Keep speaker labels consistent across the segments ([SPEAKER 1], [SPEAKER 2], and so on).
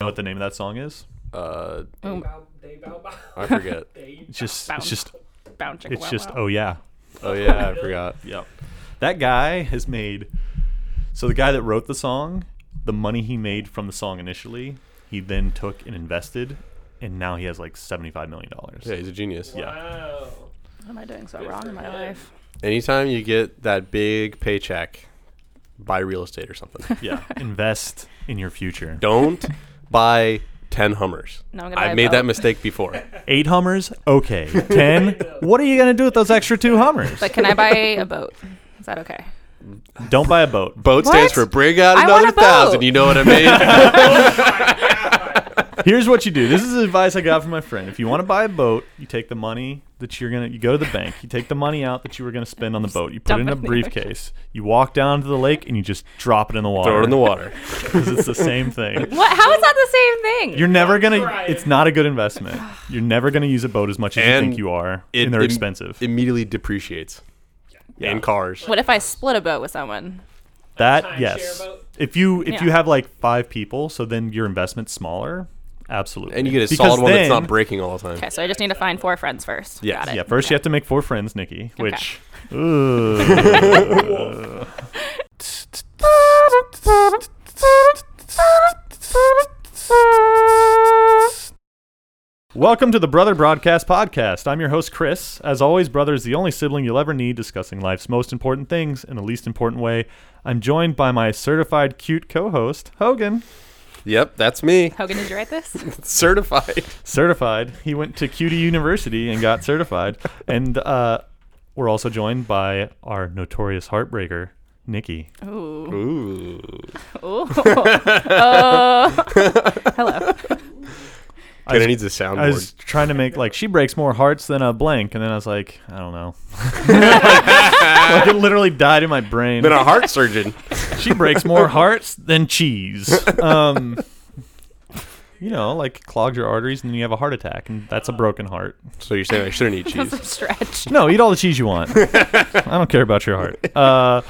[SPEAKER 1] know what the name of that song is?
[SPEAKER 2] Uh,
[SPEAKER 3] Boom,
[SPEAKER 4] Bow, they bow, bow.
[SPEAKER 2] I forget.
[SPEAKER 4] They
[SPEAKER 1] It's just
[SPEAKER 3] Bound.
[SPEAKER 1] it's just
[SPEAKER 3] bound chicka
[SPEAKER 1] it's
[SPEAKER 3] wow
[SPEAKER 1] just
[SPEAKER 3] wow.
[SPEAKER 1] oh yeah.
[SPEAKER 2] oh yeah, I forgot.
[SPEAKER 1] Yep. That guy has made so the guy that wrote the song, the money he made from the song initially, he then took and invested and now he has like seventy five million dollars.
[SPEAKER 2] Yeah, he's a genius.
[SPEAKER 1] Yeah.
[SPEAKER 4] Wow.
[SPEAKER 3] What am I doing so
[SPEAKER 4] Good
[SPEAKER 3] wrong
[SPEAKER 4] for
[SPEAKER 3] in my
[SPEAKER 4] him.
[SPEAKER 3] life?
[SPEAKER 2] Anytime you get that big paycheck, buy real estate or something.
[SPEAKER 1] Yeah. Invest in your future.
[SPEAKER 2] Don't buy ten Hummers.
[SPEAKER 3] No, I'm gonna buy
[SPEAKER 2] I've
[SPEAKER 3] a
[SPEAKER 2] made
[SPEAKER 3] boat.
[SPEAKER 2] that mistake before.
[SPEAKER 1] Eight Hummers, okay. Ten. what are you gonna do with those extra two Hummers?
[SPEAKER 3] But can I buy a boat? Is that okay?
[SPEAKER 1] Don't buy a boat.
[SPEAKER 2] Boat stands
[SPEAKER 3] What?
[SPEAKER 2] for bring out
[SPEAKER 3] I want
[SPEAKER 2] another
[SPEAKER 3] a boat.
[SPEAKER 2] thousand. You know what I mean?
[SPEAKER 1] Here's what you do. This is advice I got from my friend. If you want to buy a boat, you take the money that you're gonna. You go to the bank. You take the money out that you were gonna spend on the boat. You put it
[SPEAKER 3] dump
[SPEAKER 1] in
[SPEAKER 3] it
[SPEAKER 1] a
[SPEAKER 3] in the ocean.
[SPEAKER 1] briefcase. You walk down to the lake and you just drop it in the water.
[SPEAKER 2] Throw it in the water.
[SPEAKER 1] because it's the same thing.
[SPEAKER 3] What? How is that the same thing?
[SPEAKER 1] You're never gonna.
[SPEAKER 4] Right.
[SPEAKER 1] It's not a good investment. You're never gonna use a boat as much as
[SPEAKER 2] And
[SPEAKER 1] you think you are,
[SPEAKER 2] It
[SPEAKER 1] and they're
[SPEAKER 2] im-
[SPEAKER 1] expensive.
[SPEAKER 2] Immediately depreciates.
[SPEAKER 1] Yeah.
[SPEAKER 2] And cars.
[SPEAKER 3] what if I split a boat with someone?
[SPEAKER 1] that
[SPEAKER 4] timeshare
[SPEAKER 1] yes.
[SPEAKER 4] boat?
[SPEAKER 1] If you if
[SPEAKER 3] Yeah.
[SPEAKER 1] you have like five people, so then your investment's smaller. Absolutely.
[SPEAKER 2] And you get a
[SPEAKER 1] Because
[SPEAKER 2] solid one that's
[SPEAKER 1] then-
[SPEAKER 2] not breaking all the time.
[SPEAKER 3] Okay, so I just need to find four friends first.
[SPEAKER 2] Yes.
[SPEAKER 3] Got it.
[SPEAKER 1] Yeah, first you have to make four friends, Nikki. Which. Ugh. Welcome to the Brother Broadcast Podcast. I'm your host, Chris. As always, brother is the only sibling you'll ever need discussing life's most important things in the least important way. I'm joined by my certified cute co host, Hogan.
[SPEAKER 2] Yep, that's me.
[SPEAKER 3] Hogan, did you write this?
[SPEAKER 2] Certified.
[SPEAKER 1] certified. He went to CUNY University and got certified. And uh, we're also joined by our notorious heartbreaker, Nikki.
[SPEAKER 2] Ooh.
[SPEAKER 3] Ooh. Ooh. oh. Hello.
[SPEAKER 1] I was,
[SPEAKER 2] Gonna need the soundboard.
[SPEAKER 1] I was trying to make like she breaks more hearts than a blank, and then I was like, I don't know. like, it literally died in my brain.
[SPEAKER 2] Been a heart surgeon.
[SPEAKER 1] she breaks more hearts than cheese. Um, you know, like clogs your arteries, and then you have a heart attack, and that's a broken heart.
[SPEAKER 2] so you're saying I shouldn't eat
[SPEAKER 3] That's a
[SPEAKER 2] cheese?
[SPEAKER 3] stretch.
[SPEAKER 1] No, eat all the cheese you want. I don't care about your heart. Uh,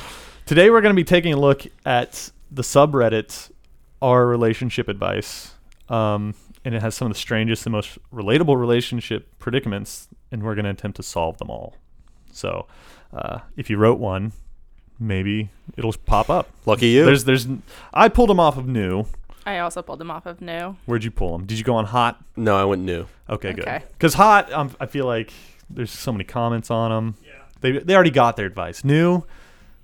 [SPEAKER 1] today we're going to be taking a look at the subreddit, our relationship advice, um, and it has some of the strangest and most relatable relationship predicaments, and we're going to attempt to solve them all. So, uh, if you wrote one, maybe it'll pop up.
[SPEAKER 2] Lucky you.
[SPEAKER 1] There's, there's, I pulled them off of new.
[SPEAKER 3] I also pulled them off of new.
[SPEAKER 1] Where'd you pull them? Did you go on hot?
[SPEAKER 2] no, I went new.
[SPEAKER 1] Okay, good. 'Cause
[SPEAKER 3] Okay.
[SPEAKER 1] good. Because hot, um, I feel like there's so many comments on them.
[SPEAKER 4] Yeah.
[SPEAKER 1] They they already got their advice. New,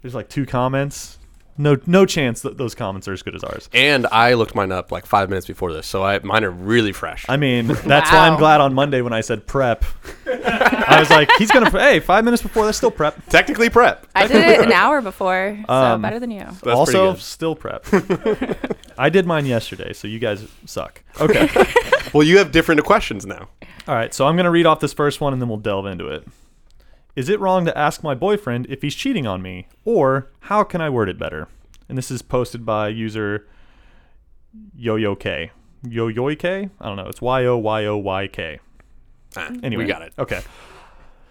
[SPEAKER 1] there's like two comments. No no chance that those comments are as good as ours.
[SPEAKER 2] And I looked mine up like five minutes before this, so I mine are really fresh.
[SPEAKER 1] I mean, that's why I'm
[SPEAKER 3] Wow.
[SPEAKER 1] glad on Monday when I said prep. I was like, he's gonna. Hey, five minutes before that's still prep.
[SPEAKER 2] Technically prep.
[SPEAKER 3] I did it an hour before, so
[SPEAKER 1] Um,
[SPEAKER 3] better than you.
[SPEAKER 2] That's pretty
[SPEAKER 1] also,
[SPEAKER 2] good.
[SPEAKER 1] still prep. I did mine yesterday, so you guys suck. Okay.
[SPEAKER 2] Well, you have different questions now.
[SPEAKER 1] All right, so I'm going to read off this first one and then we'll delve into it. Is it wrong to ask my boyfriend if he's cheating on me? Or how can I word it better? And this is posted by user YoYoK. YoYoK? I don't know. It's Y O Y O Y K.
[SPEAKER 2] Ah,
[SPEAKER 1] Anyway.
[SPEAKER 2] we got it.
[SPEAKER 1] Okay.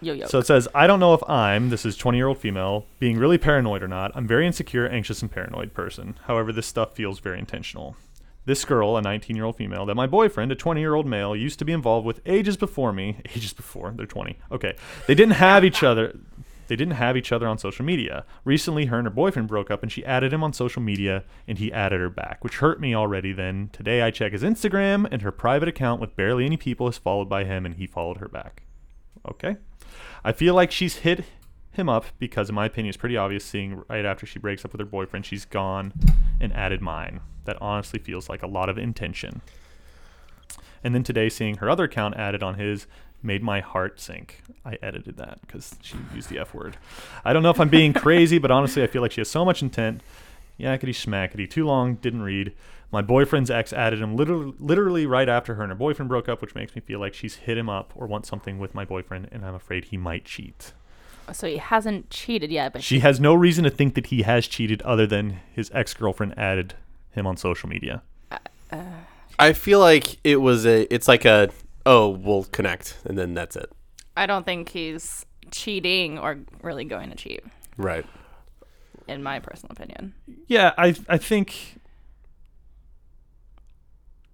[SPEAKER 3] Yo yo.
[SPEAKER 1] So it says, I don't know if I'm, this is 20 year old female, being really paranoid or not. I'm very insecure, anxious, and paranoid person. However, this stuff feels very intentional. This girl, a 19 year old female, that my boyfriend, a 20 year old male, used to be involved with ages before me. Ages before? They're 20. Okay. They didn't have each other. They didn't have each other on social media. Recently, her and her boyfriend broke up, and she added him on social media, and he added her back, which hurt me already then. Today, I check his Instagram, and her private account with barely any people is followed by him, and he followed her back. Okay. I feel like she's hit him up because, in my opinion, it's pretty obvious seeing right after she breaks up with her boyfriend, she's gone and added mine. That honestly feels like a lot of intention. And then today, seeing her other account added on his made my heart sink. I edited that because she used the F word. I don't know if I'm being crazy, but honestly, I feel like she has so much intent. Yakety schmackety. Too long, didn't read. My boyfriend's ex added him literally, literally right after her and her boyfriend broke up, which makes me feel like she's hit him up or wants something with my boyfriend, and I'm afraid he might cheat.
[SPEAKER 3] So he hasn't cheated yet, but
[SPEAKER 1] She has no reason to think that he has cheated other than his ex girlfriend added him on social media.
[SPEAKER 3] uh,
[SPEAKER 2] I feel like it was a. It's like a. Oh, we'll connect, and then that's it.
[SPEAKER 3] I don't think he's cheating or really going to cheat,
[SPEAKER 2] Right.
[SPEAKER 3] in my personal opinion.
[SPEAKER 1] Yeah, I I think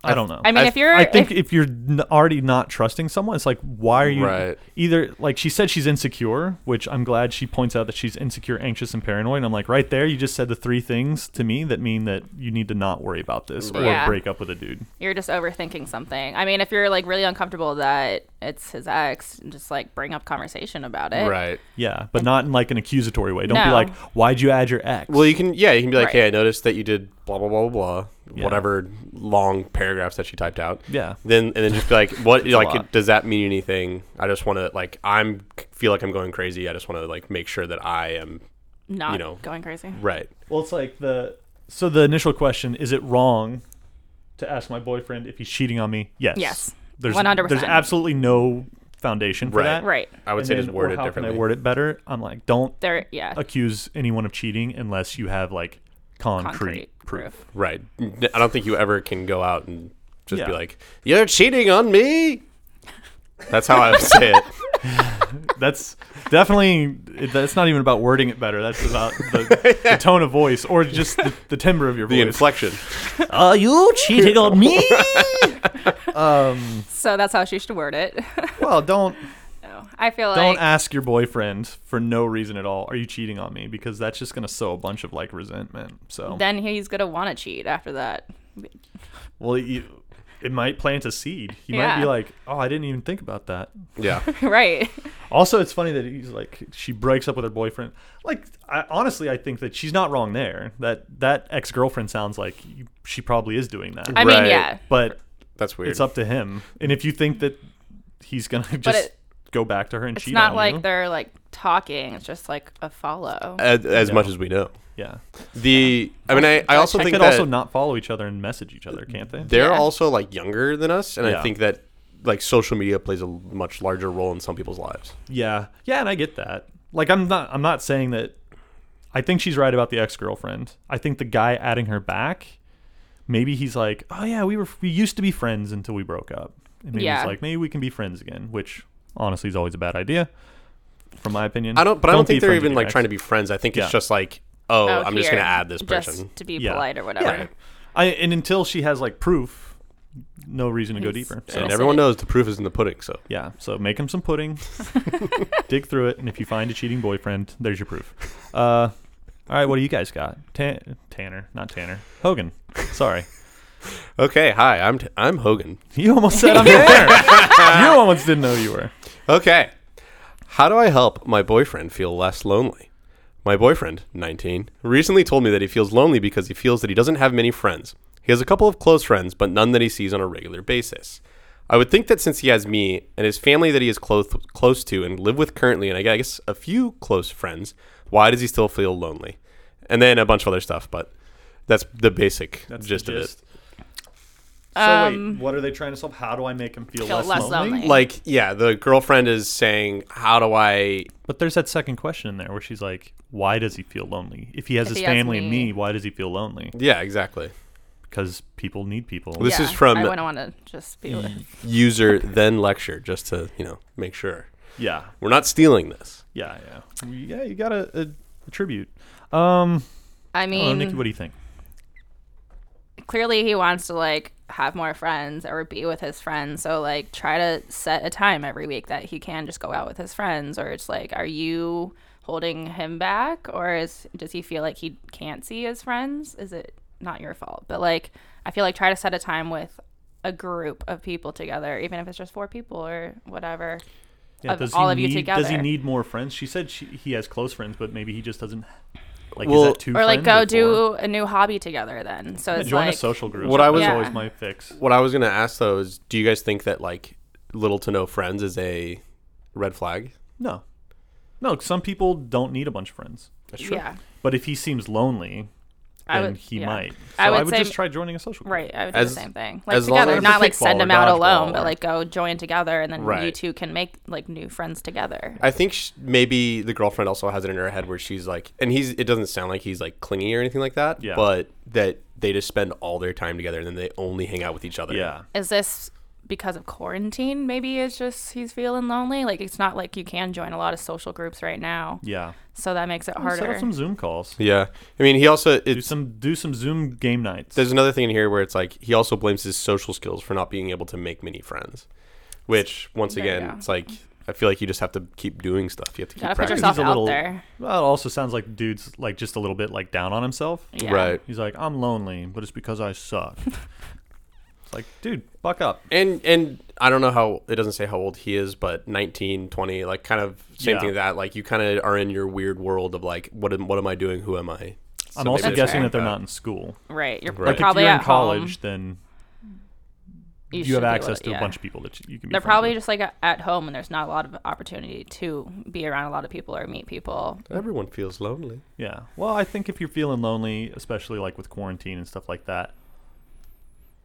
[SPEAKER 1] I don't know.
[SPEAKER 3] I mean,
[SPEAKER 2] I-
[SPEAKER 3] if you're,
[SPEAKER 1] I think
[SPEAKER 3] if-
[SPEAKER 1] if you're n- already not trusting someone, it's like, why are you
[SPEAKER 2] Right.
[SPEAKER 1] either like she said she's insecure, which I'm glad she points out that she's insecure, anxious, and paranoid. And I'm like, right there, you just said the three things to me that mean that you need to not worry about this or
[SPEAKER 3] Right.
[SPEAKER 1] break up with a dude.
[SPEAKER 3] you're just overthinking something. I mean, if you're like really uncomfortable that it's his ex, just like bring up conversation about it.
[SPEAKER 2] Right.
[SPEAKER 1] Yeah, but not in like an accusatory way. Don't be
[SPEAKER 3] No.
[SPEAKER 1] like, why'd you add your ex?
[SPEAKER 2] Well, you can, yeah, you can be like,
[SPEAKER 3] Right.
[SPEAKER 2] hey, I noticed that you did blah, blah, blah, blah, blah,
[SPEAKER 1] Yeah.
[SPEAKER 2] whatever long paragraphs that she typed out.
[SPEAKER 1] Yeah.
[SPEAKER 2] Then, and then just be like, what,
[SPEAKER 1] a
[SPEAKER 2] like,
[SPEAKER 1] lot.
[SPEAKER 2] does that mean anything? I just want to, like, I'm, feel like I'm going crazy. I just want to, like, make sure that I am
[SPEAKER 3] Not
[SPEAKER 2] You know.
[SPEAKER 3] going crazy.
[SPEAKER 2] right.
[SPEAKER 1] Well, it's like the so the initial question is it wrong to ask my boyfriend if he's cheating on me? Yes.
[SPEAKER 3] Yes.
[SPEAKER 1] There's
[SPEAKER 3] 100%.
[SPEAKER 1] There's absolutely no foundation for
[SPEAKER 2] Right.
[SPEAKER 1] that.
[SPEAKER 3] Right.
[SPEAKER 2] I would
[SPEAKER 1] And
[SPEAKER 2] say
[SPEAKER 1] then,
[SPEAKER 2] just word
[SPEAKER 1] well,
[SPEAKER 2] it
[SPEAKER 1] how
[SPEAKER 2] differently.
[SPEAKER 1] Can I word it better? I'm like, don't
[SPEAKER 3] There. Yeah.
[SPEAKER 1] accuse anyone of cheating unless you have like concrete, proof.
[SPEAKER 2] Right. N- I don't think you ever can go out and just be
[SPEAKER 1] Yeah.
[SPEAKER 2] like, "You're cheating on me." That's how I would say it.
[SPEAKER 1] That's definitely it- that's not even about wording it better. That's about the, the tone of voice or just the, the timbre of your
[SPEAKER 2] The
[SPEAKER 1] voice.
[SPEAKER 2] inflection.
[SPEAKER 1] Are you cheating on me?
[SPEAKER 3] So that's how she should word it.
[SPEAKER 1] well, don't
[SPEAKER 3] no, I feel
[SPEAKER 1] don't
[SPEAKER 3] like
[SPEAKER 1] ask your boyfriend for no reason at all. Are you cheating on me? Because that's just gonna sow a bunch of like resentment. So
[SPEAKER 3] then he's gonna want to cheat after that.
[SPEAKER 1] well, you, it might plant a seed. He might
[SPEAKER 3] Yeah.
[SPEAKER 1] be like, oh, I didn't even think about that.
[SPEAKER 2] Yeah.
[SPEAKER 3] right.
[SPEAKER 1] Also, it's funny that he's like she breaks up with her boyfriend. Like, I, honestly, I think that she's not wrong there. That that ex girlfriend sounds like she probably is doing that,
[SPEAKER 3] I
[SPEAKER 2] Right.
[SPEAKER 3] mean, yeah.
[SPEAKER 1] but
[SPEAKER 2] That's weird.
[SPEAKER 1] it's up to him. And if you think that he's gonna just
[SPEAKER 3] it-
[SPEAKER 1] go back to her and
[SPEAKER 3] It's
[SPEAKER 1] cheat
[SPEAKER 3] not
[SPEAKER 1] on
[SPEAKER 3] like
[SPEAKER 1] you,
[SPEAKER 3] they're like talking. It's just like a follow.
[SPEAKER 2] as, as
[SPEAKER 1] Yeah.
[SPEAKER 2] much as we know.
[SPEAKER 1] yeah,
[SPEAKER 2] The I mean, I, I also
[SPEAKER 1] they
[SPEAKER 2] think
[SPEAKER 1] could
[SPEAKER 2] that
[SPEAKER 1] also not follow each other and message each other, can't they?
[SPEAKER 2] they're
[SPEAKER 3] Yeah.
[SPEAKER 2] also like younger than us, and I
[SPEAKER 1] Yeah.
[SPEAKER 2] think that like social media plays a much larger role in some people's lives.
[SPEAKER 1] Yeah, yeah, and I get that. Like, I'm not I'm not saying that. I think she's right about the ex girlfriend. I think the guy adding her back, maybe he's like, oh yeah, we were we used to be friends until we broke up, and maybe
[SPEAKER 3] Yeah.
[SPEAKER 1] he's like, maybe we can be friends again, which honestly is always a bad idea, from my opinion.
[SPEAKER 2] I don't, but I don't
[SPEAKER 1] be
[SPEAKER 2] think they're
[SPEAKER 1] friends with
[SPEAKER 2] even
[SPEAKER 1] your
[SPEAKER 2] like
[SPEAKER 1] ex.
[SPEAKER 2] trying to be friends. I think
[SPEAKER 1] Yeah.
[SPEAKER 2] it's just like, oh,
[SPEAKER 3] Oh,
[SPEAKER 2] I'm just gonna
[SPEAKER 3] here,
[SPEAKER 2] add this
[SPEAKER 3] just
[SPEAKER 2] person.
[SPEAKER 3] to be
[SPEAKER 1] Yeah.
[SPEAKER 3] polite or whatever.
[SPEAKER 2] Yeah.
[SPEAKER 1] I and until she has like proof, no reason to go
[SPEAKER 3] He's-
[SPEAKER 1] deeper. So
[SPEAKER 2] And
[SPEAKER 3] Yes.
[SPEAKER 2] everyone knows the proof is in the pudding. So
[SPEAKER 1] yeah, so make him some pudding, dig through it, and if you find a cheating boyfriend, there's your proof. Uh, all right, what do you guys got? Tan- Tanner, not Tanner, Hogan. Sorry,
[SPEAKER 2] okay, hi, I'm t- I'm Hogan.
[SPEAKER 1] you almost said I'm there. you almost didn't know you were.
[SPEAKER 2] Okay. How do I help my boyfriend feel less lonely? My boyfriend, 19, recently told me that he feels lonely because he feels that he doesn't have many friends. He has a couple of close friends, but none that he sees on a regular basis. I would think that since he has me and his family that he is close close to and live with currently, and I guess a few close friends, why does he still feel lonely? And then a bunch of other stuff, but that's the basic
[SPEAKER 1] That's
[SPEAKER 2] gist
[SPEAKER 1] the
[SPEAKER 2] of it.
[SPEAKER 1] gist. So wait, what are they trying to solve? How do I make him feel,
[SPEAKER 3] Um, Feel
[SPEAKER 1] less,
[SPEAKER 3] less
[SPEAKER 1] lonely?
[SPEAKER 3] lonely.
[SPEAKER 2] Like, yeah, the girlfriend is saying, "How do I
[SPEAKER 1] But there's that second question in there where she's like, "Why does he feel lonely? If he has
[SPEAKER 3] If
[SPEAKER 1] his
[SPEAKER 3] he has
[SPEAKER 1] family and
[SPEAKER 3] me."
[SPEAKER 1] me, why does he feel lonely?
[SPEAKER 2] Yeah, exactly.
[SPEAKER 1] Because people need people."
[SPEAKER 2] This
[SPEAKER 3] Yeah,
[SPEAKER 2] is from- Mm.
[SPEAKER 3] I wouldn't want to just be with.
[SPEAKER 2] user then lecture just to you know make sure
[SPEAKER 1] yeah,
[SPEAKER 2] we're not stealing this
[SPEAKER 1] yeah, yeah. Yeah, you gotta uh, attribute. Um,
[SPEAKER 2] Oh,
[SPEAKER 3] I
[SPEAKER 1] I
[SPEAKER 3] mean,
[SPEAKER 1] don't know, Nikki, what do you think?
[SPEAKER 3] clearly he wants to like have more friends or be with his friends so like try to set a time every week that he can just go out with his friends or it's like are you holding him back or is does he feel like he can't see his friends is it not your fault but like i feel like try to set a time with a group of people together even if it's just four people or whatever
[SPEAKER 1] Yeah,
[SPEAKER 3] Of all of you
[SPEAKER 1] need, Does he
[SPEAKER 3] together.
[SPEAKER 1] need more friends? She said she, he has close friends, but maybe he just doesn't. Like, is
[SPEAKER 2] Well-
[SPEAKER 1] that two
[SPEAKER 3] or like go
[SPEAKER 1] friends or four?
[SPEAKER 3] do a new hobby together then so it's
[SPEAKER 1] join
[SPEAKER 3] like
[SPEAKER 1] a social group.
[SPEAKER 2] What I was-
[SPEAKER 1] That's
[SPEAKER 3] Yeah.
[SPEAKER 1] always my fix.
[SPEAKER 2] what i was going to ask though is do you guys think that like little to no friends is a red flag
[SPEAKER 1] No, no. Some people don't need a bunch of friends,
[SPEAKER 2] that's
[SPEAKER 3] yeah
[SPEAKER 1] but if he seems lonely,
[SPEAKER 3] I
[SPEAKER 1] then
[SPEAKER 3] would-
[SPEAKER 1] he
[SPEAKER 3] yeah.
[SPEAKER 1] might. So
[SPEAKER 3] I would say-
[SPEAKER 1] just try joining a social group.
[SPEAKER 3] Right, I would do
[SPEAKER 2] As-
[SPEAKER 3] the same thing. Like
[SPEAKER 2] as long
[SPEAKER 3] together,
[SPEAKER 2] as-
[SPEAKER 1] Or
[SPEAKER 3] not like send
[SPEAKER 1] kickball or
[SPEAKER 3] them out alone,
[SPEAKER 1] dodgeball
[SPEAKER 3] but
[SPEAKER 1] or-
[SPEAKER 3] like go join together, and then you
[SPEAKER 2] Right.
[SPEAKER 3] two can make like new friends together.
[SPEAKER 2] i think sh- maybe the girlfriend also has it in her head where she's like and he's it doesn't sound like he's like clingy or anything like that
[SPEAKER 1] Yeah.
[SPEAKER 2] but that they just spend all their time together and then they only hang out with each other
[SPEAKER 1] Yeah.
[SPEAKER 3] Is this because of quarantine, maybe it's just he's feeling lonely. Like it's not like you can join a lot of social groups right now,
[SPEAKER 1] Yeah.
[SPEAKER 3] so that makes it
[SPEAKER 1] Set
[SPEAKER 3] harder.
[SPEAKER 1] up some Zoom calls.
[SPEAKER 2] Yeah. I mean, he also
[SPEAKER 1] Do
[SPEAKER 2] it's
[SPEAKER 1] some do some Zoom game nights.
[SPEAKER 2] there's another thing in here where it's like he also blames his social skills for not being able to make many friends, which once
[SPEAKER 3] There you
[SPEAKER 2] again,
[SPEAKER 3] go.
[SPEAKER 2] it's like I feel like you just have to keep doing stuff. You have to keep
[SPEAKER 3] Gotta put
[SPEAKER 2] practicing.
[SPEAKER 3] yourself
[SPEAKER 1] He's a
[SPEAKER 3] out
[SPEAKER 1] little-
[SPEAKER 3] there.
[SPEAKER 1] Well, it also sounds like dude's like just a little bit like down on himself.
[SPEAKER 3] Yeah.
[SPEAKER 2] Right.
[SPEAKER 1] He's like, I'm lonely, but it's because I suck. it's like, dude, buck up.
[SPEAKER 2] And and I don't know how it doesn't say how old he is, but 19, 20, like kind of same
[SPEAKER 1] Yeah.
[SPEAKER 2] thing as that like you kind of are in your weird world of like what am, what am I doing? Who am I? So
[SPEAKER 1] I'm also
[SPEAKER 2] maybe it's
[SPEAKER 1] guessing
[SPEAKER 3] fair.
[SPEAKER 1] that they're not in school.
[SPEAKER 3] Right. You're,
[SPEAKER 2] Right.
[SPEAKER 3] they're
[SPEAKER 1] Like
[SPEAKER 3] probably
[SPEAKER 1] if you're
[SPEAKER 3] at
[SPEAKER 1] in college,
[SPEAKER 3] Home,
[SPEAKER 1] then you,
[SPEAKER 3] should
[SPEAKER 1] have
[SPEAKER 3] be able
[SPEAKER 1] access to a
[SPEAKER 3] yeah.
[SPEAKER 1] bunch of people that you can be
[SPEAKER 3] They're
[SPEAKER 1] friends
[SPEAKER 3] probably
[SPEAKER 1] with.
[SPEAKER 3] just like at home, and there's not a lot of opportunity to be around a lot of people or meet people.
[SPEAKER 2] Everyone feels lonely.
[SPEAKER 1] Yeah. Well, I think if you're feeling lonely, especially like with quarantine and stuff like that,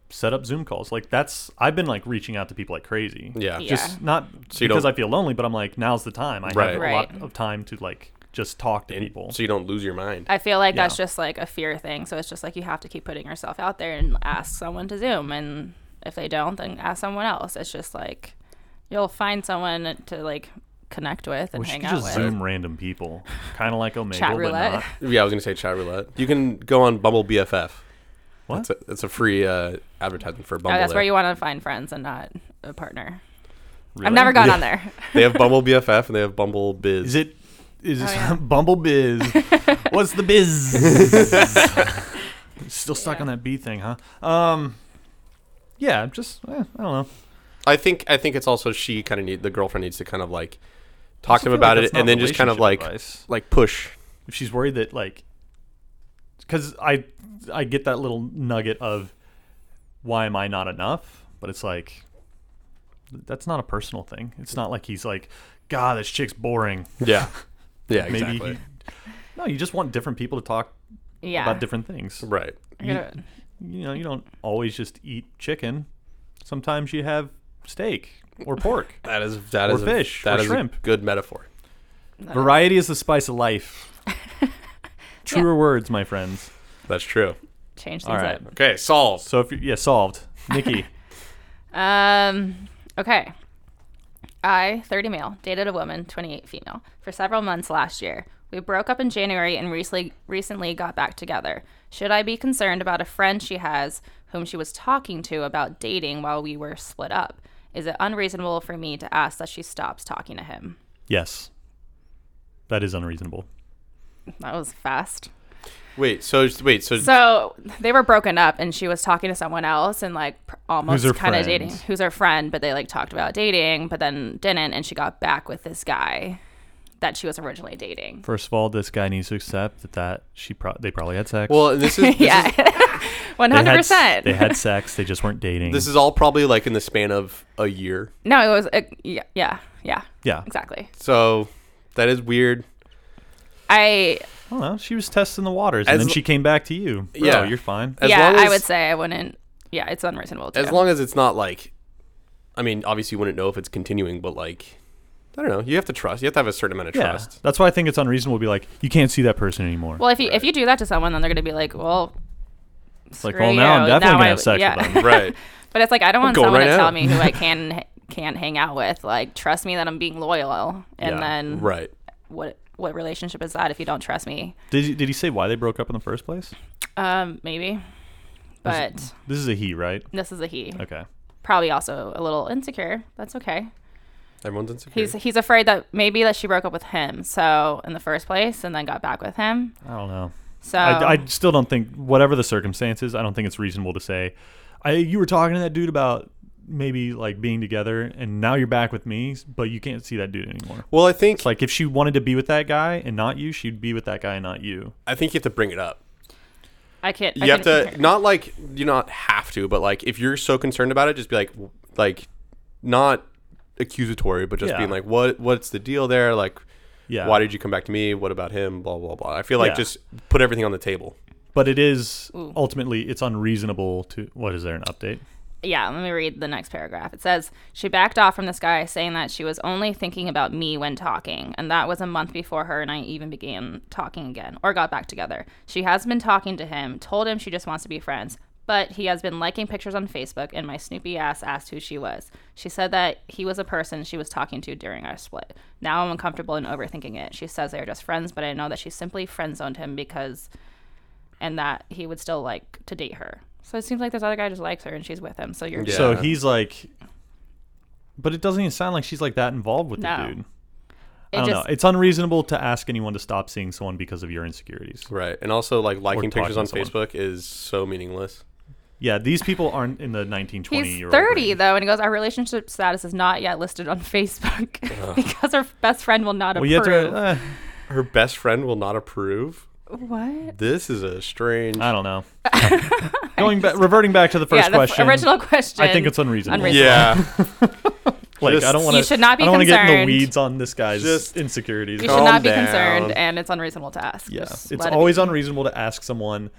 [SPEAKER 1] set up Zoom calls. Like that's I've been like reaching out to people like crazy.
[SPEAKER 2] Yeah.
[SPEAKER 3] Yeah.
[SPEAKER 1] Just not
[SPEAKER 2] So you
[SPEAKER 1] because
[SPEAKER 2] don't-
[SPEAKER 1] I feel lonely, but I'm like now's the time. I
[SPEAKER 2] Right.
[SPEAKER 1] have a
[SPEAKER 3] Right.
[SPEAKER 1] lot of time to like just talk to
[SPEAKER 2] And
[SPEAKER 1] people.
[SPEAKER 2] so you don't lose your mind.
[SPEAKER 3] I feel like
[SPEAKER 1] Yeah.
[SPEAKER 3] that's just like a fear thing. So it's just like you have to keep putting yourself out there and ask someone to Zoom. And if they don't, then ask someone else. It's just like you'll find someone to like connect with and
[SPEAKER 1] we should
[SPEAKER 3] hang out
[SPEAKER 1] just
[SPEAKER 3] with.
[SPEAKER 1] Zoom random people, kind of like Omegle,
[SPEAKER 3] Chat
[SPEAKER 1] but
[SPEAKER 3] roulette.
[SPEAKER 1] not.
[SPEAKER 2] Yeah, I was gonna say chat roulette. You can go on Bumble BFF.
[SPEAKER 1] What?
[SPEAKER 2] That's a, that's a free uh, advertisement for
[SPEAKER 3] Oh,
[SPEAKER 2] Bumble.
[SPEAKER 3] that's
[SPEAKER 2] there.
[SPEAKER 3] where you want to find friends and not a partner.
[SPEAKER 1] Really?
[SPEAKER 3] I've never gone
[SPEAKER 2] Yeah.
[SPEAKER 3] on there.
[SPEAKER 2] they have Bumble BFF and they have Bumble Biz.
[SPEAKER 1] Is it? Is
[SPEAKER 3] Oh,
[SPEAKER 1] it
[SPEAKER 3] yeah.
[SPEAKER 1] Bumble Biz? What's the biz? Still stuck
[SPEAKER 3] Yeah.
[SPEAKER 1] on that B thing, huh? Um, yeah, just eh, I don't know.
[SPEAKER 2] I think I think it's also she kind of need the girlfriend needs to kind of like talk
[SPEAKER 1] I
[SPEAKER 2] to him
[SPEAKER 1] feel like
[SPEAKER 2] about it
[SPEAKER 1] that's not
[SPEAKER 2] and then just kind of like
[SPEAKER 1] relationship advice.
[SPEAKER 2] like push.
[SPEAKER 1] If she's worried that like, because I I get that little nugget of why am I not enough, but it's like that's not a personal thing. It's not like he's like, God, this chick's boring.
[SPEAKER 2] Yeah, yeah,
[SPEAKER 1] Maybe
[SPEAKER 2] exactly.
[SPEAKER 1] he, no, you just want different people to talk
[SPEAKER 3] Yeah.
[SPEAKER 1] about different things.
[SPEAKER 2] Right.
[SPEAKER 3] You gotta-
[SPEAKER 1] you know, you don't always just eat chicken. Sometimes you have steak or pork.
[SPEAKER 2] That is that
[SPEAKER 1] Or
[SPEAKER 2] is a-
[SPEAKER 1] fish,
[SPEAKER 2] that
[SPEAKER 1] or
[SPEAKER 2] is a
[SPEAKER 1] shrimp.
[SPEAKER 2] good metaphor.
[SPEAKER 1] Variety is the spice of life. Truer words, my friends.
[SPEAKER 2] That's true.
[SPEAKER 3] change things
[SPEAKER 1] All right.
[SPEAKER 3] up.
[SPEAKER 2] Okay, solved.
[SPEAKER 1] So if you're, yeah, solved. Nikki,
[SPEAKER 3] Um, okay. I, 30 male, dated a woman, 28 female, for several months last year. We broke up in January and recently recently got back together. Should I be concerned about a friend she has whom she was talking to about dating while we were split up? Is it unreasonable for me to ask that she stops talking to him?
[SPEAKER 1] yes. That is unreasonable.
[SPEAKER 3] That was fast.
[SPEAKER 2] Wait. So wait. So,
[SPEAKER 3] So they were broken up, and she was talking to someone else, and like pr-
[SPEAKER 1] Who's her
[SPEAKER 3] almost kind of
[SPEAKER 1] friend.
[SPEAKER 3] dating. Who's her friend? But they like talked about dating, but then didn't, and she got back with this guy that she was originally dating.
[SPEAKER 1] First of all, this guy needs to accept that, that she pro- they probably had sex.
[SPEAKER 2] well, this is this
[SPEAKER 3] yeah,
[SPEAKER 2] is
[SPEAKER 3] one
[SPEAKER 1] they
[SPEAKER 3] hundred
[SPEAKER 1] had, s-
[SPEAKER 3] percent.
[SPEAKER 1] they had sex. They just weren't dating.
[SPEAKER 2] this is all probably like in the span of a year.
[SPEAKER 3] No, it was uh, yeah, yeah, yeah,
[SPEAKER 1] yeah.
[SPEAKER 3] exactly.
[SPEAKER 2] So that is weird.
[SPEAKER 3] I
[SPEAKER 1] I don't know. Oh, She was testing the waters, and
[SPEAKER 2] As
[SPEAKER 1] then
[SPEAKER 2] l-
[SPEAKER 1] she came back to you. Bro,
[SPEAKER 2] Yeah.
[SPEAKER 1] you're fine.
[SPEAKER 2] As
[SPEAKER 3] yeah,
[SPEAKER 2] long as,
[SPEAKER 3] I would say I wouldn't. Yeah, it's unreasonable. Too.
[SPEAKER 2] as long as it's not like, I mean, obviously you wouldn't know if it's continuing, but like, I don't know. You have to trust. You have to have a certain amount of
[SPEAKER 1] Yeah.
[SPEAKER 2] trust.
[SPEAKER 1] That's why I think it's unreasonable to be like, you can't see that person anymore.
[SPEAKER 3] well, if you if you do that to someone, then they're gonna be like, well,
[SPEAKER 1] it's like,
[SPEAKER 3] screw
[SPEAKER 1] well, now I'm
[SPEAKER 3] you.
[SPEAKER 1] definitely
[SPEAKER 3] Now
[SPEAKER 1] going
[SPEAKER 3] I-
[SPEAKER 1] to have sex
[SPEAKER 3] yeah.
[SPEAKER 1] with them.
[SPEAKER 2] Right.
[SPEAKER 3] But it's like I don't want
[SPEAKER 2] going
[SPEAKER 3] someone
[SPEAKER 2] right
[SPEAKER 3] to
[SPEAKER 2] now.
[SPEAKER 3] tell me who I can can't hang out with. Like, trust me that I'm being loyal. And
[SPEAKER 1] Yeah,
[SPEAKER 3] then
[SPEAKER 2] right.
[SPEAKER 3] what what relationship is that if you don't trust me?
[SPEAKER 1] Did he, did he say why they broke up in the first place?
[SPEAKER 3] Um, maybe. But
[SPEAKER 1] This is a he, right?
[SPEAKER 3] this is a he.
[SPEAKER 1] Okay.
[SPEAKER 3] Probably also a little insecure. That's okay.
[SPEAKER 2] Everyone's insecure.
[SPEAKER 3] He's he's afraid that maybe that she broke up with him. So in the first place, and then got back with him.
[SPEAKER 1] I don't know.
[SPEAKER 3] So
[SPEAKER 1] I, I still don't think, whatever the circumstances, I don't think it's reasonable to say, I you were talking to that dude about maybe like being together, and now you're back with me, but you can't see that dude anymore.
[SPEAKER 2] well, I think
[SPEAKER 1] It's like if she wanted to be with that guy and not you, she'd be with that guy and not you.
[SPEAKER 2] I think you have to bring it up.
[SPEAKER 3] I can't. I
[SPEAKER 2] you have
[SPEAKER 3] couldn't-
[SPEAKER 2] to not like you not have to, but like if you're so concerned about it, just be like w- like not accusatory, but just
[SPEAKER 1] Yeah.
[SPEAKER 2] being like what what's the deal there? Like
[SPEAKER 1] Yeah.
[SPEAKER 2] why did you come back to me? What about him? Blah blah blah. I feel like
[SPEAKER 1] Yeah.
[SPEAKER 2] just put everything on the table.
[SPEAKER 1] But it is
[SPEAKER 3] Ooh.
[SPEAKER 1] ultimately it's unreasonable to. What is there an update?
[SPEAKER 3] yeah, let me read the next paragraph. It says, She backed off from this guy, saying that she was only thinking about me when talking. And that was a month before her and I even began talking again or got back together. She has been talking to him, told him she just wants to be friends, but he has been liking pictures on Facebook, and my Snoopy ass asked who she was. She said that he was a person she was talking to during our split. Now I'm uncomfortable and overthinking it. She says they are just friends, but I know that she simply friend zoned him because, and that he would still like to date her. So it seems like this other guy just likes her and she's with him. So you're
[SPEAKER 2] Yeah.
[SPEAKER 1] So he's like, but it doesn't even sound like she's like that involved with
[SPEAKER 3] No.
[SPEAKER 1] the dude.
[SPEAKER 3] it
[SPEAKER 1] I don't
[SPEAKER 3] just,
[SPEAKER 1] know. It's unreasonable to ask anyone to stop seeing someone because of your insecurities.
[SPEAKER 2] Right. And also, like, liking
[SPEAKER 1] talking
[SPEAKER 2] pictures on
[SPEAKER 1] to someone.
[SPEAKER 2] Facebook is so meaningless.
[SPEAKER 1] Yeah, these people aren't in the 1920
[SPEAKER 3] He's
[SPEAKER 1] year
[SPEAKER 3] 30
[SPEAKER 1] old.
[SPEAKER 3] though, and he goes, "Our relationship status is not yet listed on Facebook because our best friend will not
[SPEAKER 1] Well, you have
[SPEAKER 3] approve."
[SPEAKER 1] to. eh,
[SPEAKER 2] Her best friend will not approve.
[SPEAKER 1] uh,
[SPEAKER 3] what?
[SPEAKER 2] This is a strange.
[SPEAKER 1] eh, I don't know. Going back, reverting back to the first
[SPEAKER 3] yeah, the f-
[SPEAKER 1] question.
[SPEAKER 3] original question.
[SPEAKER 1] I think it's unreasonable.
[SPEAKER 3] Unreasonable.
[SPEAKER 2] yeah.
[SPEAKER 1] Like
[SPEAKER 2] Just-
[SPEAKER 1] I don't want to.
[SPEAKER 3] You should not be
[SPEAKER 1] I don't want to get in
[SPEAKER 3] concerned.
[SPEAKER 1] the weeds on this guy's
[SPEAKER 2] Just-
[SPEAKER 1] insecurities.
[SPEAKER 3] You
[SPEAKER 2] Calm
[SPEAKER 3] should not be
[SPEAKER 2] down.
[SPEAKER 3] concerned, and it's unreasonable to ask.
[SPEAKER 1] yeah,
[SPEAKER 3] Just
[SPEAKER 1] it's
[SPEAKER 3] let it be.
[SPEAKER 1] always unreasonable to ask someone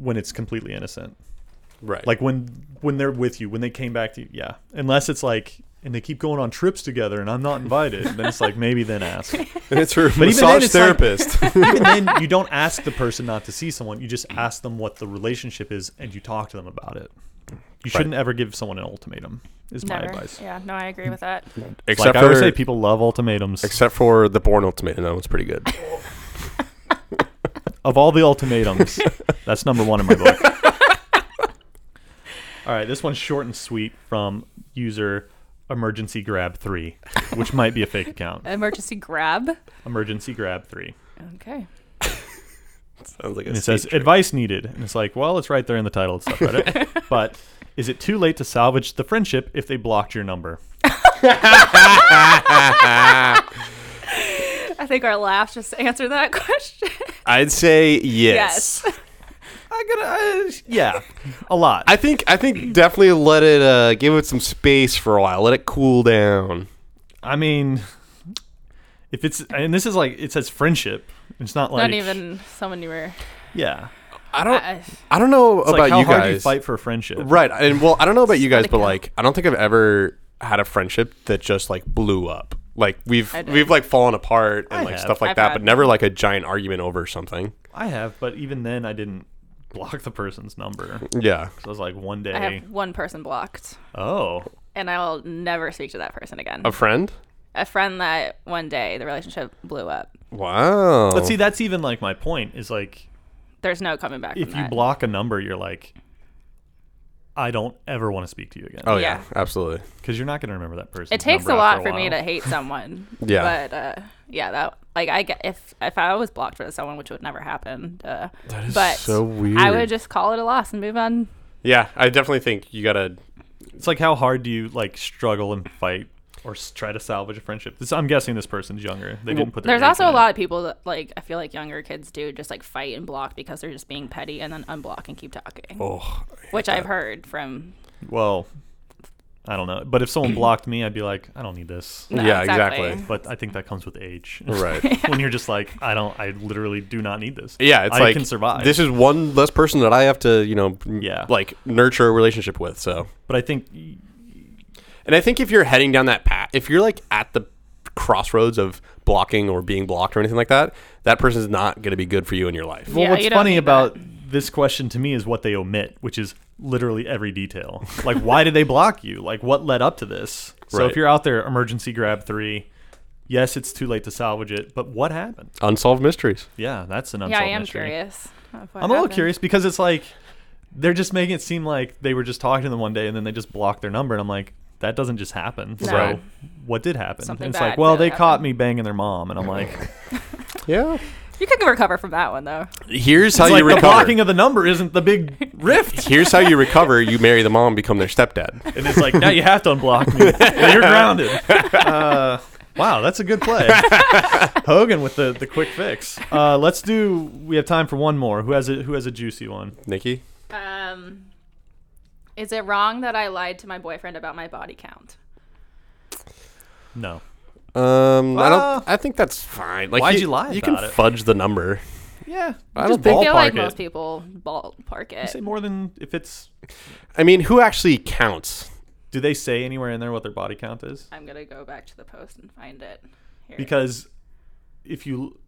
[SPEAKER 1] when it's completely innocent.
[SPEAKER 2] right.
[SPEAKER 1] Like when when they're with you, when they came back to you. Yeah, unless it's like and they keep going on trips together, and I'm not invited. then it's like maybe then ask.
[SPEAKER 2] And it's her
[SPEAKER 1] then,
[SPEAKER 2] massage
[SPEAKER 1] it's like-
[SPEAKER 2] therapist.
[SPEAKER 1] Even then, you don't ask the person not to see someone. You just ask them what the relationship is, and you talk to them about it. You shouldn't ever give someone an ultimatum. Is
[SPEAKER 3] Never.
[SPEAKER 1] my advice.
[SPEAKER 3] Yeah, no, I agree with that.
[SPEAKER 1] Except like I always say, people love ultimatums.
[SPEAKER 2] except for the Born Ultimatum. That one's pretty good.
[SPEAKER 1] of all the ultimatums, that's number one in my book. all right, this one's short and sweet from user emergency grab three, which might be a fake account.
[SPEAKER 3] Emergency grab.
[SPEAKER 1] Emergency grab three.
[SPEAKER 3] Okay.
[SPEAKER 2] Sounds like a
[SPEAKER 1] And it says
[SPEAKER 2] stage trick.
[SPEAKER 1] advice needed, and it's like, well, it's right there in the title. It's subreddit. but is it too late to salvage the friendship if they blocked your number?
[SPEAKER 3] I think our laugh just answered that question.
[SPEAKER 2] I'd say yes.
[SPEAKER 1] I gotta, yeah, a lot.
[SPEAKER 2] I think I think definitely let it uh, give it some space for a while. Let it cool down.
[SPEAKER 1] I mean, if it's and this is like it says friendship. It's not like Oh.
[SPEAKER 3] Not even someone you were.
[SPEAKER 1] yeah.
[SPEAKER 2] I don't I,
[SPEAKER 3] I,
[SPEAKER 2] don't know
[SPEAKER 1] It's
[SPEAKER 2] about
[SPEAKER 1] like how
[SPEAKER 2] you
[SPEAKER 1] hard
[SPEAKER 2] guys.
[SPEAKER 1] do you fight for a friendship?
[SPEAKER 2] Right. And well, I don't know about you guys,
[SPEAKER 3] Let it
[SPEAKER 2] but
[SPEAKER 3] go.
[SPEAKER 2] like I don't think I've ever had a friendship that just like blew up. Like we've
[SPEAKER 3] I did.
[SPEAKER 2] we've like fallen apart and
[SPEAKER 1] I
[SPEAKER 2] like
[SPEAKER 1] have.
[SPEAKER 2] stuff like
[SPEAKER 3] I've
[SPEAKER 2] that,
[SPEAKER 3] had-
[SPEAKER 2] but never like a giant argument over something.
[SPEAKER 1] I have, but even then, I didn't block the person's number. So
[SPEAKER 2] Yeah.
[SPEAKER 1] I was like, one day,
[SPEAKER 3] I have one person blocked,
[SPEAKER 1] oh,
[SPEAKER 3] and I will never speak to that person again.
[SPEAKER 2] A friend?
[SPEAKER 3] a friend that one day the relationship blew up.
[SPEAKER 2] Wow.
[SPEAKER 1] but see, that's even like my point is like,
[SPEAKER 3] There's no coming back.
[SPEAKER 1] if
[SPEAKER 3] from
[SPEAKER 1] you
[SPEAKER 3] that.
[SPEAKER 1] block a number, you're like, I don't ever want to speak to you again
[SPEAKER 2] Oh
[SPEAKER 1] because
[SPEAKER 2] yeah,
[SPEAKER 3] Yeah.
[SPEAKER 2] absolutely.
[SPEAKER 1] you're not going to remember that person.
[SPEAKER 3] it takes a lot for me to hate someone.
[SPEAKER 2] Yeah.
[SPEAKER 3] But uh, yeah, that like I get if if I was blocked with someone, which would never happen. Uh, that
[SPEAKER 2] is
[SPEAKER 3] but
[SPEAKER 2] so
[SPEAKER 3] I
[SPEAKER 2] weird.
[SPEAKER 3] would just call it a loss and move on.
[SPEAKER 2] Yeah, I definitely think you gotta
[SPEAKER 1] It's like how hard do you like struggle and fight or s- try to salvage a friendship? This, I'm guessing this person's younger. They didn't put. Their
[SPEAKER 3] There's
[SPEAKER 1] age
[SPEAKER 3] also
[SPEAKER 1] in
[SPEAKER 3] a
[SPEAKER 1] it.
[SPEAKER 3] lot of people that like I feel like younger kids do just like fight and block because they're just being petty and then unblock and keep talking,
[SPEAKER 2] oh
[SPEAKER 3] which I've heard from.
[SPEAKER 1] Well, I don't know, but if someone blocked me, I'd be like, I don't need this.
[SPEAKER 3] No,
[SPEAKER 2] Yeah, exactly.
[SPEAKER 1] But I think that comes with age.
[SPEAKER 2] right.
[SPEAKER 1] when you're just like, I don't, I literally do not need this.
[SPEAKER 2] Yeah, it's
[SPEAKER 1] I
[SPEAKER 2] like
[SPEAKER 1] can survive.
[SPEAKER 2] This is one less person that I have to, you know, m-
[SPEAKER 1] Yeah.
[SPEAKER 2] like nurture a relationship with. So,
[SPEAKER 1] but I think y-
[SPEAKER 2] and I think if you're heading down that path, if you're like at the crossroads of blocking or being blocked or anything like that, that person's not going to be good for you in your life.
[SPEAKER 1] well,
[SPEAKER 3] Yeah,
[SPEAKER 1] what's
[SPEAKER 3] you don't
[SPEAKER 1] funny
[SPEAKER 3] need
[SPEAKER 1] about this question to me is what they omit, which is literally every detail. Like, why did they block you? Like, what led up to this? So
[SPEAKER 2] Right.
[SPEAKER 1] if you're out there, emergency grab three. Yes, it's too late to salvage it, but what happened?
[SPEAKER 2] Unsolved mysteries.
[SPEAKER 1] Yeah, that's an
[SPEAKER 3] Yeah,
[SPEAKER 1] unsolved
[SPEAKER 3] I am
[SPEAKER 1] mystery.
[SPEAKER 3] curious. of what
[SPEAKER 1] I'm a little
[SPEAKER 3] happened.
[SPEAKER 1] curious because it's like they're just making it seem like they were just talking to them one day and then they just blocked their number and I'm like that doesn't just happen.
[SPEAKER 3] No.
[SPEAKER 1] So
[SPEAKER 2] Right.
[SPEAKER 1] what did happen?
[SPEAKER 3] Something
[SPEAKER 1] and it's
[SPEAKER 3] bad
[SPEAKER 1] like, well,
[SPEAKER 3] really
[SPEAKER 1] they caught
[SPEAKER 3] happened.
[SPEAKER 1] me banging their mom and I'm like
[SPEAKER 2] Yeah.
[SPEAKER 3] You could recover from that one though.
[SPEAKER 2] Here's how
[SPEAKER 1] it's
[SPEAKER 2] you
[SPEAKER 1] like the
[SPEAKER 2] recover.
[SPEAKER 1] blocking of the number isn't the big rift.
[SPEAKER 2] Here's how you recover. You marry the mom, become their stepdad.
[SPEAKER 1] And it's like, now you have to unblock me. Now you're grounded. Uh, wow, that's a good play. Hogan with the, the quick fix. Uh, let's do we have time for one more. Who has a who has a juicy one?
[SPEAKER 2] Nikki.
[SPEAKER 3] Um, is it wrong that I lied to my boyfriend about my body count?
[SPEAKER 1] No.
[SPEAKER 2] Um, I
[SPEAKER 1] Uh,
[SPEAKER 2] don't. I think that's fine. Like,
[SPEAKER 1] why'd you lie
[SPEAKER 2] You
[SPEAKER 1] about
[SPEAKER 2] can
[SPEAKER 1] it?
[SPEAKER 2] fudge the number.
[SPEAKER 1] Yeah.
[SPEAKER 2] I
[SPEAKER 1] just
[SPEAKER 2] don't think-
[SPEAKER 3] I feel
[SPEAKER 1] ballpark
[SPEAKER 3] like
[SPEAKER 1] it.
[SPEAKER 3] most people ballpark it.
[SPEAKER 1] Say more than if it's
[SPEAKER 2] I mean, who actually counts?
[SPEAKER 1] Do they say anywhere in there what their body count is?
[SPEAKER 3] I'm gonna go back to the post and find it. Here.
[SPEAKER 1] Because if you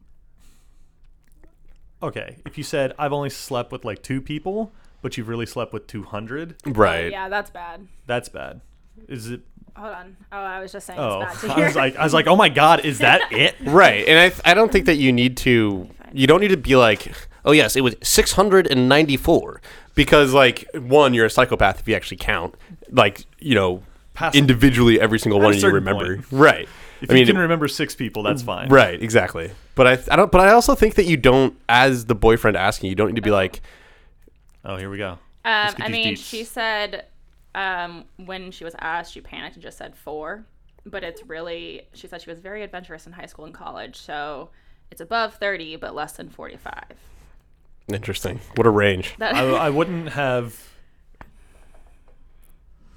[SPEAKER 1] okay, if you said I've only slept with like two people, but you've really slept with 200,
[SPEAKER 2] Right.
[SPEAKER 3] Yeah, that's bad.
[SPEAKER 1] that's bad. Is it?
[SPEAKER 3] Hold on. Oh, I was just saying
[SPEAKER 1] Oh,
[SPEAKER 3] it's bad to
[SPEAKER 1] I
[SPEAKER 3] hear.
[SPEAKER 1] was like, I was like, oh my god, is that it?
[SPEAKER 2] Right. And I, th- I don't think that you need to, you don't need to be like, oh, yes, it was 694. Because, like, one, you're a psychopath if you actually count, like, you know,
[SPEAKER 1] Past-
[SPEAKER 2] individually every single
[SPEAKER 1] At a
[SPEAKER 2] one of you
[SPEAKER 1] certain
[SPEAKER 2] remember.
[SPEAKER 1] point.
[SPEAKER 2] Right.
[SPEAKER 1] If
[SPEAKER 2] I
[SPEAKER 1] you
[SPEAKER 2] mean,
[SPEAKER 1] can remember six people, that's fine.
[SPEAKER 2] right, exactly. But I, th- I don't, but I also think that you don't, as the boyfriend asking, you don't need to be like,
[SPEAKER 1] Oh, here we go.
[SPEAKER 3] Um,
[SPEAKER 1] Let's get
[SPEAKER 3] I
[SPEAKER 1] these
[SPEAKER 3] mean,
[SPEAKER 1] deets.
[SPEAKER 3] she said um, when she was asked, she panicked and just said four. But it's really, she said she was very adventurous in high school and college. So it's above 30, but less than 45.
[SPEAKER 2] interesting. What a range.
[SPEAKER 3] That,
[SPEAKER 1] I, I wouldn't have.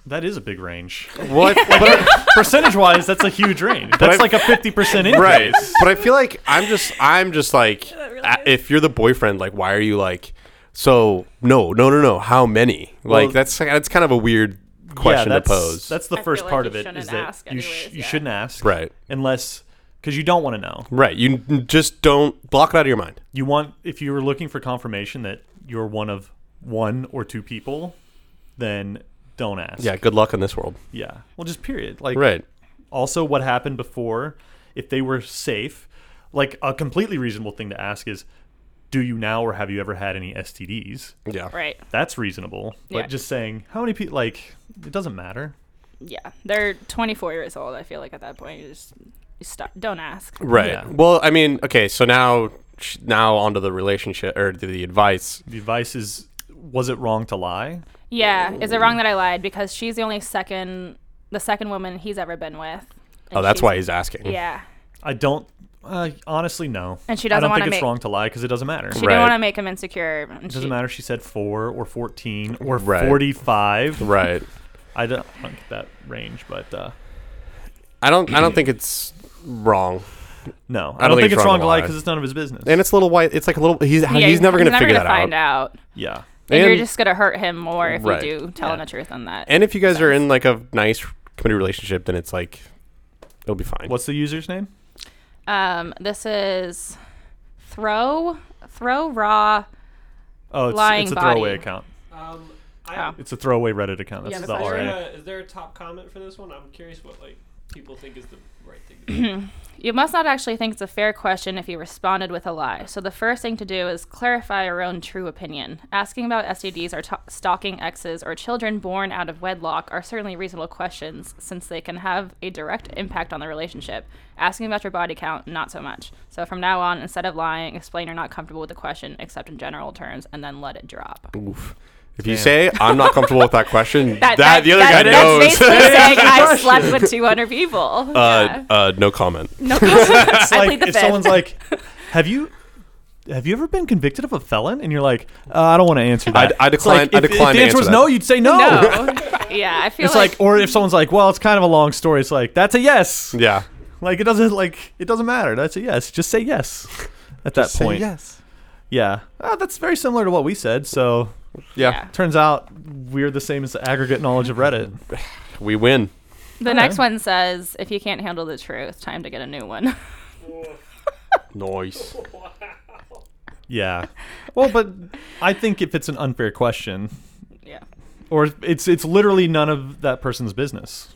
[SPEAKER 1] That is a big range.
[SPEAKER 2] Well, I, but I-
[SPEAKER 1] Percentage wise, that's a huge range.
[SPEAKER 2] I-
[SPEAKER 1] That's like a 50% increase.
[SPEAKER 2] right but i feel like i'm just i'm just like
[SPEAKER 3] really
[SPEAKER 2] a- if you're the boyfriend like why are you like so no no no no how many like
[SPEAKER 1] Well-
[SPEAKER 2] that's that's kind of a weird question
[SPEAKER 1] yeah, that's,
[SPEAKER 2] to pose
[SPEAKER 1] That's the
[SPEAKER 3] I
[SPEAKER 1] first
[SPEAKER 3] feel like
[SPEAKER 1] part
[SPEAKER 3] you
[SPEAKER 1] of it
[SPEAKER 3] shouldn't
[SPEAKER 1] is that
[SPEAKER 3] ask
[SPEAKER 1] you,
[SPEAKER 3] anyways,
[SPEAKER 1] you
[SPEAKER 3] yeah.
[SPEAKER 1] shouldn't ask.
[SPEAKER 2] Right.
[SPEAKER 1] Unless, because you don't want to know.
[SPEAKER 2] right you n- just don't block it out of your mind
[SPEAKER 1] You want, if you were looking for confirmation that you're one of one or two people, then don't ask.
[SPEAKER 2] yeah good luck in this world
[SPEAKER 1] Yeah. Well, just period. Like,
[SPEAKER 2] right
[SPEAKER 1] also what happened before if they were safe like a completely reasonable thing to ask is do you now or have you ever had any stds
[SPEAKER 2] yeah
[SPEAKER 3] right.
[SPEAKER 1] that's reasonable but
[SPEAKER 3] Yeah.
[SPEAKER 1] just saying how many people like it doesn't matter
[SPEAKER 3] Yeah. They're 24 years old. I feel like at that point, you just you stop. Don't ask.
[SPEAKER 2] right
[SPEAKER 1] Yeah.
[SPEAKER 2] well i mean okay so now sh- now onto the relationship or the, the advice
[SPEAKER 1] the advice is was it wrong to lie
[SPEAKER 3] Yeah. Is it wrong that I lied? Because she's the only second, the second woman he's ever been with.
[SPEAKER 2] oh that's why he's asking
[SPEAKER 3] Yeah.
[SPEAKER 1] i don't uh, honestly no
[SPEAKER 3] And she
[SPEAKER 1] i
[SPEAKER 3] doesn't
[SPEAKER 1] don't think
[SPEAKER 3] wanna
[SPEAKER 1] it's
[SPEAKER 3] make-
[SPEAKER 1] wrong to lie because it doesn't matter
[SPEAKER 3] She
[SPEAKER 2] Right.
[SPEAKER 3] didn't want to make him insecure. and
[SPEAKER 1] it doesn't
[SPEAKER 3] she-
[SPEAKER 1] matter if she said 4 or 14 or
[SPEAKER 2] Right.
[SPEAKER 1] 45
[SPEAKER 2] right
[SPEAKER 1] i don't I don't get that range but uh,
[SPEAKER 2] i don't i don't think it's wrong
[SPEAKER 1] no i, don't think, it's wrong to lie because it's none of his business
[SPEAKER 2] and it's a little white it's like a little he's
[SPEAKER 3] Yeah,
[SPEAKER 2] he's never gonna figure that
[SPEAKER 3] find out.
[SPEAKER 1] yeah
[SPEAKER 3] And,
[SPEAKER 2] And-
[SPEAKER 3] you're just gonna hurt him more if
[SPEAKER 2] Right.
[SPEAKER 3] you do tell him
[SPEAKER 1] Yeah.
[SPEAKER 3] the truth on that.
[SPEAKER 2] And if you guys are in like a nice committed relationship, then it's like it'll be fine.
[SPEAKER 1] what's the user's name
[SPEAKER 3] um, this is throw throw raw.
[SPEAKER 1] Oh, it's,
[SPEAKER 3] Lying
[SPEAKER 1] it's a
[SPEAKER 3] body.
[SPEAKER 1] throwaway account.
[SPEAKER 4] Um, I,
[SPEAKER 3] Oh.
[SPEAKER 1] It's a throwaway Reddit account. That's
[SPEAKER 4] yeah,
[SPEAKER 1] the
[SPEAKER 4] but is,
[SPEAKER 1] RA.
[SPEAKER 4] there a, is there a top comment for this one? I'm curious what like people think is the right thing. To
[SPEAKER 3] Mm-hmm.
[SPEAKER 4] do.
[SPEAKER 3] You must not actually think it's a fair question if you responded with a lie. So the first thing to do is clarify your own true opinion. Asking about STDs or to stalking exes or children born out of wedlock are certainly reasonable questions since they can have a direct impact on the relationship. Asking about your body count, not so much. So from now on, instead of lying, explain you're not comfortable with the question except in general terms and then let it drop.
[SPEAKER 2] Oof. If you
[SPEAKER 1] Damn.
[SPEAKER 2] say I'm not comfortable with that question, that, the other guy
[SPEAKER 3] that's
[SPEAKER 2] knows.
[SPEAKER 3] basically saying I slept with 200 people.
[SPEAKER 2] uh, uh, no comment.
[SPEAKER 3] No, I
[SPEAKER 1] It's
[SPEAKER 3] plead
[SPEAKER 1] like
[SPEAKER 3] the
[SPEAKER 1] if
[SPEAKER 3] fifth.
[SPEAKER 1] someone's like, "Have you, have you ever been convicted of a felon?" and you're like, uh, "I don't want to answer that."
[SPEAKER 2] I- I
[SPEAKER 1] It's like,
[SPEAKER 2] decline- I
[SPEAKER 1] if- if
[SPEAKER 2] decline to
[SPEAKER 1] the answer was
[SPEAKER 2] answer
[SPEAKER 1] no,
[SPEAKER 2] that.
[SPEAKER 1] you'd say no.
[SPEAKER 3] no. yeah, I feel
[SPEAKER 1] It's like, or if someone's like, "Well, it's kind of a long story." It's like that's a yes.
[SPEAKER 2] Yeah.
[SPEAKER 1] Like it doesn't like it doesn't matter. That's a yes. Just say yes. At that point,
[SPEAKER 2] yes.
[SPEAKER 1] yeah, uh, that's very similar to what we said. So
[SPEAKER 2] Yeah.
[SPEAKER 3] Yeah.
[SPEAKER 1] turns out we're the same as the aggregate knowledge of Reddit.
[SPEAKER 2] We win.
[SPEAKER 3] The next one says, if you can't handle the truth, time to get a new one.
[SPEAKER 2] Nice.
[SPEAKER 1] Yeah. Well, but I think if it's an unfair question,
[SPEAKER 3] yeah.
[SPEAKER 1] or it's it's literally none of that person's business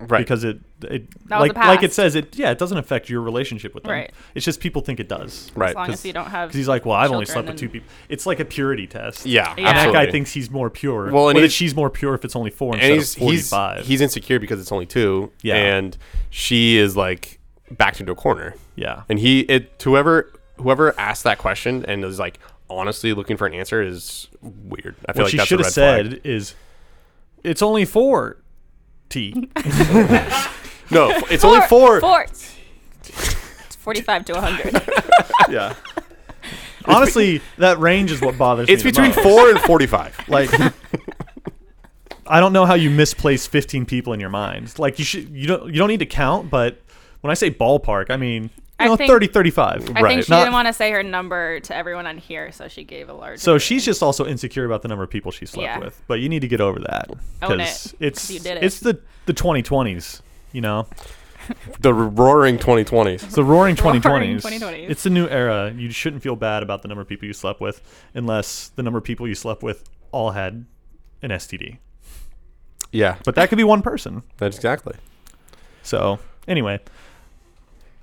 [SPEAKER 2] Right.
[SPEAKER 1] because it it
[SPEAKER 3] That was
[SPEAKER 1] like
[SPEAKER 3] the
[SPEAKER 1] like it
[SPEAKER 3] past.
[SPEAKER 1] says it yeah it doesn't affect your relationship with them
[SPEAKER 3] Right.
[SPEAKER 1] it's just people think it does
[SPEAKER 3] As
[SPEAKER 2] right.
[SPEAKER 3] long
[SPEAKER 2] 'cause-
[SPEAKER 3] as you don't have.
[SPEAKER 1] because he's like well I've only
[SPEAKER 3] Children
[SPEAKER 1] slept with two
[SPEAKER 3] and-
[SPEAKER 1] people it's like a purity test
[SPEAKER 2] yeah.
[SPEAKER 3] Yeah.
[SPEAKER 1] that
[SPEAKER 2] Absolutely.
[SPEAKER 1] guy thinks he's more pure
[SPEAKER 2] Well,
[SPEAKER 1] well
[SPEAKER 2] and
[SPEAKER 1] and
[SPEAKER 2] he's-
[SPEAKER 1] she's more pure if it's only four instead
[SPEAKER 2] and he's
[SPEAKER 1] of forty
[SPEAKER 2] he's,
[SPEAKER 1] five
[SPEAKER 2] he's insecure because it's only two.
[SPEAKER 1] Yeah.
[SPEAKER 2] And she is like backed into a corner.
[SPEAKER 1] yeah
[SPEAKER 2] And he it whoever whoever asked that question and is like honestly looking for an answer is weird. I
[SPEAKER 1] what
[SPEAKER 2] feel like
[SPEAKER 1] she
[SPEAKER 2] that's a
[SPEAKER 1] should
[SPEAKER 2] red
[SPEAKER 1] have
[SPEAKER 2] flag.
[SPEAKER 1] said is it's only four t
[SPEAKER 2] No, f- it's only four.
[SPEAKER 3] Four. It's 45 to 100.
[SPEAKER 1] yeah honestly that range is what bothers
[SPEAKER 2] It's
[SPEAKER 1] me the
[SPEAKER 2] between
[SPEAKER 1] most.
[SPEAKER 2] four and forty-five.
[SPEAKER 1] like I don't know how you misplace 15 people in your mind. Like you should you don't you don't need to count, but when I say ballpark, I mean you
[SPEAKER 3] I
[SPEAKER 1] know
[SPEAKER 3] think-
[SPEAKER 1] 30 35.
[SPEAKER 3] I
[SPEAKER 2] Right.
[SPEAKER 3] think she
[SPEAKER 1] Not-
[SPEAKER 3] didn't want to say her number to everyone on here, so she gave a large.
[SPEAKER 1] So she's just also insecure about the number of people she slept
[SPEAKER 3] Yeah.
[SPEAKER 1] with. But you need to get over that
[SPEAKER 3] Own it,
[SPEAKER 1] because it's
[SPEAKER 3] 'cause you did it.
[SPEAKER 1] it's the the 2020s, you know.
[SPEAKER 2] the roaring 2020s.
[SPEAKER 1] It's the roaring
[SPEAKER 3] Roaring
[SPEAKER 1] 2020s.
[SPEAKER 3] 2020s.
[SPEAKER 1] It's a new era. You shouldn't feel bad about the number of people you slept with unless the number of people you slept with all had an STD.
[SPEAKER 2] Yeah,
[SPEAKER 1] But that could be one person.
[SPEAKER 2] that's exactly.
[SPEAKER 1] So, anyway,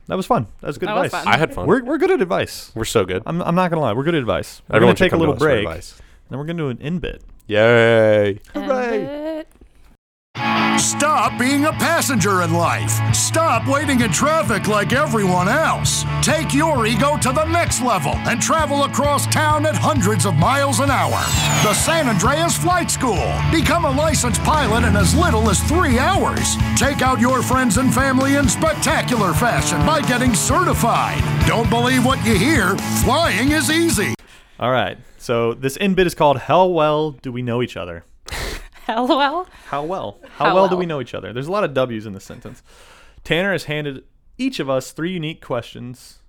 [SPEAKER 1] that was fun. That was good
[SPEAKER 3] That was
[SPEAKER 1] advice.
[SPEAKER 3] fun.
[SPEAKER 2] I had fun.
[SPEAKER 1] We're, we're good at advice.
[SPEAKER 2] We're so good.
[SPEAKER 1] I'm, I'm not going to lie. We're good at advice. We're
[SPEAKER 2] Everyone
[SPEAKER 1] going
[SPEAKER 2] should
[SPEAKER 1] to take a
[SPEAKER 2] come
[SPEAKER 1] little
[SPEAKER 2] to us for
[SPEAKER 1] break. and
[SPEAKER 2] advice.
[SPEAKER 1] Then we're going to do an in bit.
[SPEAKER 2] Yay!
[SPEAKER 1] Hooray.
[SPEAKER 5] Stop being a passenger in life. Stop waiting in traffic like everyone else. Take your ego to the next level and travel across town at hundreds of miles an hour. The San Andreas Flight School. Become a licensed pilot in as little as three hours. Take out your friends and family in spectacular fashion by getting certified. Don't believe what you hear. Flying is easy.
[SPEAKER 1] All right. So, this in bit is called How Well Do We Know Each Other?
[SPEAKER 3] LOL.
[SPEAKER 1] How well? How,
[SPEAKER 3] How
[SPEAKER 1] well, do
[SPEAKER 3] well?
[SPEAKER 1] we know each other? There's a lot of W's in this sentence. Tanner has handed each of us three unique questions.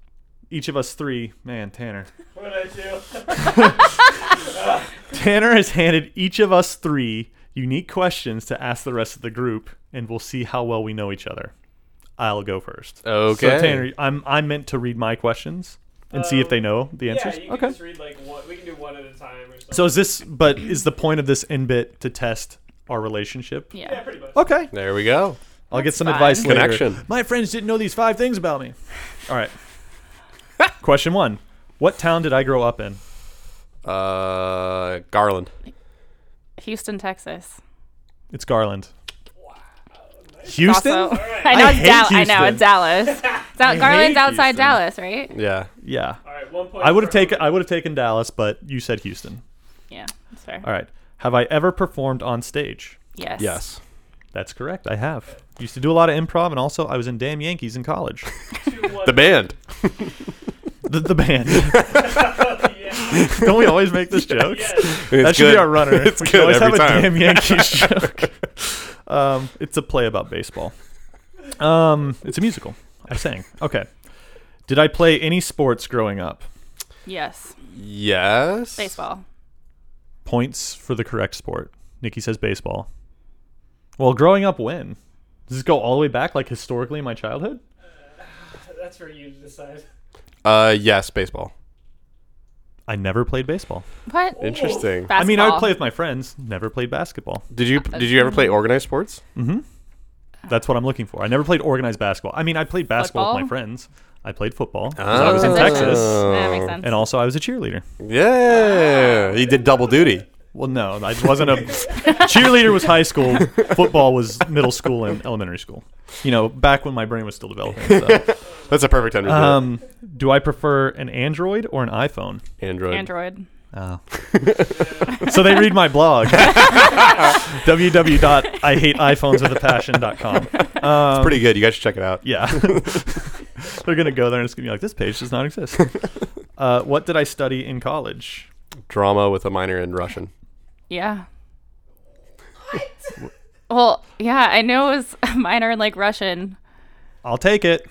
[SPEAKER 1] Each of us three. Man, Tanner.
[SPEAKER 4] What I do?
[SPEAKER 1] Tanner has handed each of us three unique questions to ask the rest of the group, and we'll see how well we know each other. I'll go first.
[SPEAKER 2] Okay.
[SPEAKER 1] So Tanner, I'm I'm meant to read my questions and see if they know the
[SPEAKER 4] Yeah,
[SPEAKER 1] answers.
[SPEAKER 4] you can
[SPEAKER 1] okay.
[SPEAKER 4] just read like one. We can do one at a time or something.
[SPEAKER 1] So is this? But is the point of this in bit to test our relationship?
[SPEAKER 4] yeah,
[SPEAKER 3] Yeah.
[SPEAKER 4] pretty much.
[SPEAKER 1] Okay.
[SPEAKER 2] There we go.
[SPEAKER 1] I'll get some
[SPEAKER 3] fine.
[SPEAKER 1] advice later.
[SPEAKER 2] Connection.
[SPEAKER 1] My friends didn't know these five things about me. All right. Question one: What town did I grow up in?
[SPEAKER 2] Uh, Garland.
[SPEAKER 3] Houston, Texas.
[SPEAKER 1] It's Garland. Houston.
[SPEAKER 3] Also, I know
[SPEAKER 1] I
[SPEAKER 3] it's
[SPEAKER 1] hate
[SPEAKER 3] Dallas. I know
[SPEAKER 1] Houston.
[SPEAKER 3] it's Dallas. It's out- Garland's outside
[SPEAKER 1] Houston.
[SPEAKER 3] Dallas, right?
[SPEAKER 2] Yeah.
[SPEAKER 1] Yeah.
[SPEAKER 4] All right, one point.
[SPEAKER 1] I would
[SPEAKER 4] for
[SPEAKER 1] have taken
[SPEAKER 4] everyone.
[SPEAKER 1] I would have taken Dallas, but you said Houston.
[SPEAKER 3] Yeah, that's fair.
[SPEAKER 1] All right. Have I ever performed on stage?
[SPEAKER 3] Yes.
[SPEAKER 2] Yes.
[SPEAKER 1] That's correct. I have. Used to do a lot of improv, and also I was in Damn Yankees in college.
[SPEAKER 2] The band.
[SPEAKER 1] the, the band.
[SPEAKER 4] Yeah.
[SPEAKER 1] Don't we always make this joke?
[SPEAKER 4] Yes.
[SPEAKER 2] It's
[SPEAKER 1] that should
[SPEAKER 2] good.
[SPEAKER 1] be our runner.
[SPEAKER 2] It's
[SPEAKER 1] we should
[SPEAKER 2] good
[SPEAKER 1] always
[SPEAKER 2] every
[SPEAKER 1] have
[SPEAKER 2] time.
[SPEAKER 1] a Damn Yankees joke. Um, it's a play about baseball. Um, it's a musical. I sang. Okay. Did I play any sports growing up?
[SPEAKER 3] Yes.
[SPEAKER 2] Yes.
[SPEAKER 3] Baseball.
[SPEAKER 1] Points for the correct sport. Nikki says baseball. Well, growing up when? Does this go all the way back, like historically in my childhood?
[SPEAKER 4] That's for you to decide.
[SPEAKER 2] Uh, yes, baseball.
[SPEAKER 1] I never played baseball.
[SPEAKER 3] What?
[SPEAKER 2] Interesting.
[SPEAKER 3] Basketball.
[SPEAKER 1] I mean, I would play with my friends. Never played basketball. Mm-hmm.
[SPEAKER 2] Did you did you ever play organized sports?
[SPEAKER 1] That's what I'm looking for. I never played organized basketball. I mean, I played basketball with my
[SPEAKER 3] Football?
[SPEAKER 1] friends. I played football
[SPEAKER 3] Ah.
[SPEAKER 1] 'cause I was in
[SPEAKER 2] Oh.
[SPEAKER 1] Texas,
[SPEAKER 3] That makes sense.
[SPEAKER 1] and also I was a cheerleader.
[SPEAKER 2] Yeah. You did double duty.
[SPEAKER 1] Well, no, I wasn't a cheerleader. Was high school. Football was middle school and elementary school. You know, back when my brain was still developing. So.
[SPEAKER 2] That's a perfect time to do it.
[SPEAKER 1] Um, do I prefer an Android or an iPhone?
[SPEAKER 2] Android.
[SPEAKER 3] Android.
[SPEAKER 1] Oh. so they read my blog. www.ihateiphoneswithapassion.com.
[SPEAKER 2] It's
[SPEAKER 1] Um,
[SPEAKER 2] pretty good. You guys should check it out.
[SPEAKER 1] Yeah. They're going to go there and it's going to be like, this page does not exist. Uh, what did I study in college?
[SPEAKER 2] Drama with a minor in Russian.
[SPEAKER 3] Yeah. What? Well, yeah, I know it was minor in like Russian
[SPEAKER 1] I'll take it.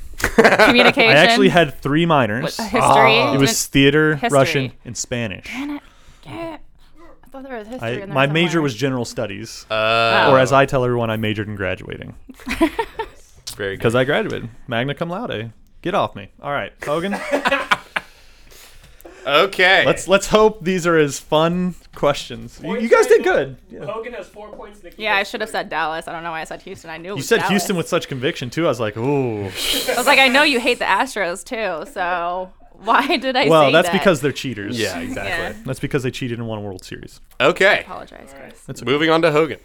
[SPEAKER 3] communication.
[SPEAKER 1] I actually had three minors.
[SPEAKER 3] history. and-
[SPEAKER 1] It was theater,
[SPEAKER 3] History.
[SPEAKER 1] Russian, and Spanish.
[SPEAKER 3] Yeah. I thought there was history.
[SPEAKER 1] I,
[SPEAKER 3] in there
[SPEAKER 1] my major
[SPEAKER 3] somewhere.
[SPEAKER 1] was general studies,
[SPEAKER 2] Uh,
[SPEAKER 1] or as I tell everyone, I majored in graduating
[SPEAKER 2] very good.
[SPEAKER 1] because I graduated magna cum laude. Get off me! All right, Hogan.
[SPEAKER 2] Okay.
[SPEAKER 1] let's let's hope these are as fun questions. You, you guys did good. Yeah.
[SPEAKER 4] Hogan has four points. Nikki
[SPEAKER 3] Yeah, I
[SPEAKER 4] has
[SPEAKER 3] should have
[SPEAKER 4] three.
[SPEAKER 3] said Dallas. I don't know why I said Houston. I knew it
[SPEAKER 1] You
[SPEAKER 3] was
[SPEAKER 1] said
[SPEAKER 3] Dallas.
[SPEAKER 1] Houston with such conviction too. I was like, ooh.
[SPEAKER 3] I was like, I know you hate the Astros too, so why did I?
[SPEAKER 1] Well,
[SPEAKER 3] say
[SPEAKER 1] that's
[SPEAKER 3] that?
[SPEAKER 1] because they're cheaters.
[SPEAKER 2] Yeah,
[SPEAKER 3] Yeah.
[SPEAKER 2] exactly.
[SPEAKER 1] That's because they cheated and won a World Series.
[SPEAKER 2] Okay.
[SPEAKER 3] Apologize, Chris.
[SPEAKER 2] Moving on to Hogan.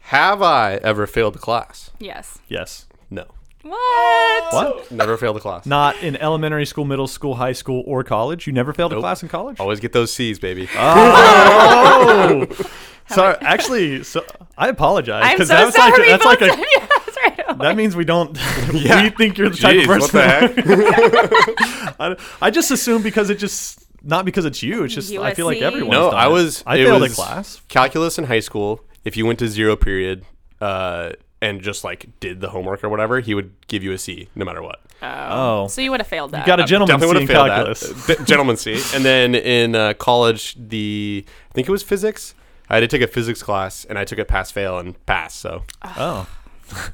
[SPEAKER 2] Have I ever failed a class?
[SPEAKER 3] Yes.
[SPEAKER 1] Yes.
[SPEAKER 2] No.
[SPEAKER 3] What?
[SPEAKER 1] What?
[SPEAKER 2] Never failed a class.
[SPEAKER 1] Not in elementary school, middle school, high school, or college. You never failed a
[SPEAKER 2] Nope. Oh.
[SPEAKER 1] class in college.
[SPEAKER 2] Always get those C's, baby.
[SPEAKER 1] Uh, Oh. Sorry. Actually, so I apologize
[SPEAKER 3] I'm so
[SPEAKER 1] because that's
[SPEAKER 3] sorry.
[SPEAKER 1] like that's like a
[SPEAKER 3] yeah, that's right. away.
[SPEAKER 1] that means we don't
[SPEAKER 2] Yeah.
[SPEAKER 1] we think you're the type
[SPEAKER 2] Jeez,
[SPEAKER 1] of
[SPEAKER 2] what
[SPEAKER 1] person.
[SPEAKER 2] the heck?
[SPEAKER 1] I, I just assume because it just not because it's you. It's just I feel like
[SPEAKER 3] USC.
[SPEAKER 1] everyone.
[SPEAKER 2] No, I was.
[SPEAKER 1] I
[SPEAKER 2] it
[SPEAKER 1] failed
[SPEAKER 2] was
[SPEAKER 1] a class.
[SPEAKER 2] Calculus in high school. If you went to zero period uh, and just like did the homework or whatever, he would give you a C no matter what.
[SPEAKER 1] Oh,
[SPEAKER 3] So you would have failed that.
[SPEAKER 1] got a gentleman
[SPEAKER 2] Definitely would
[SPEAKER 1] seeing
[SPEAKER 2] have failed
[SPEAKER 1] calculus.
[SPEAKER 2] that. D- gentleman C. And then in uh, college, the I think it was physics. I did take a physics class and I took it pass fail and pass. So
[SPEAKER 1] Oh,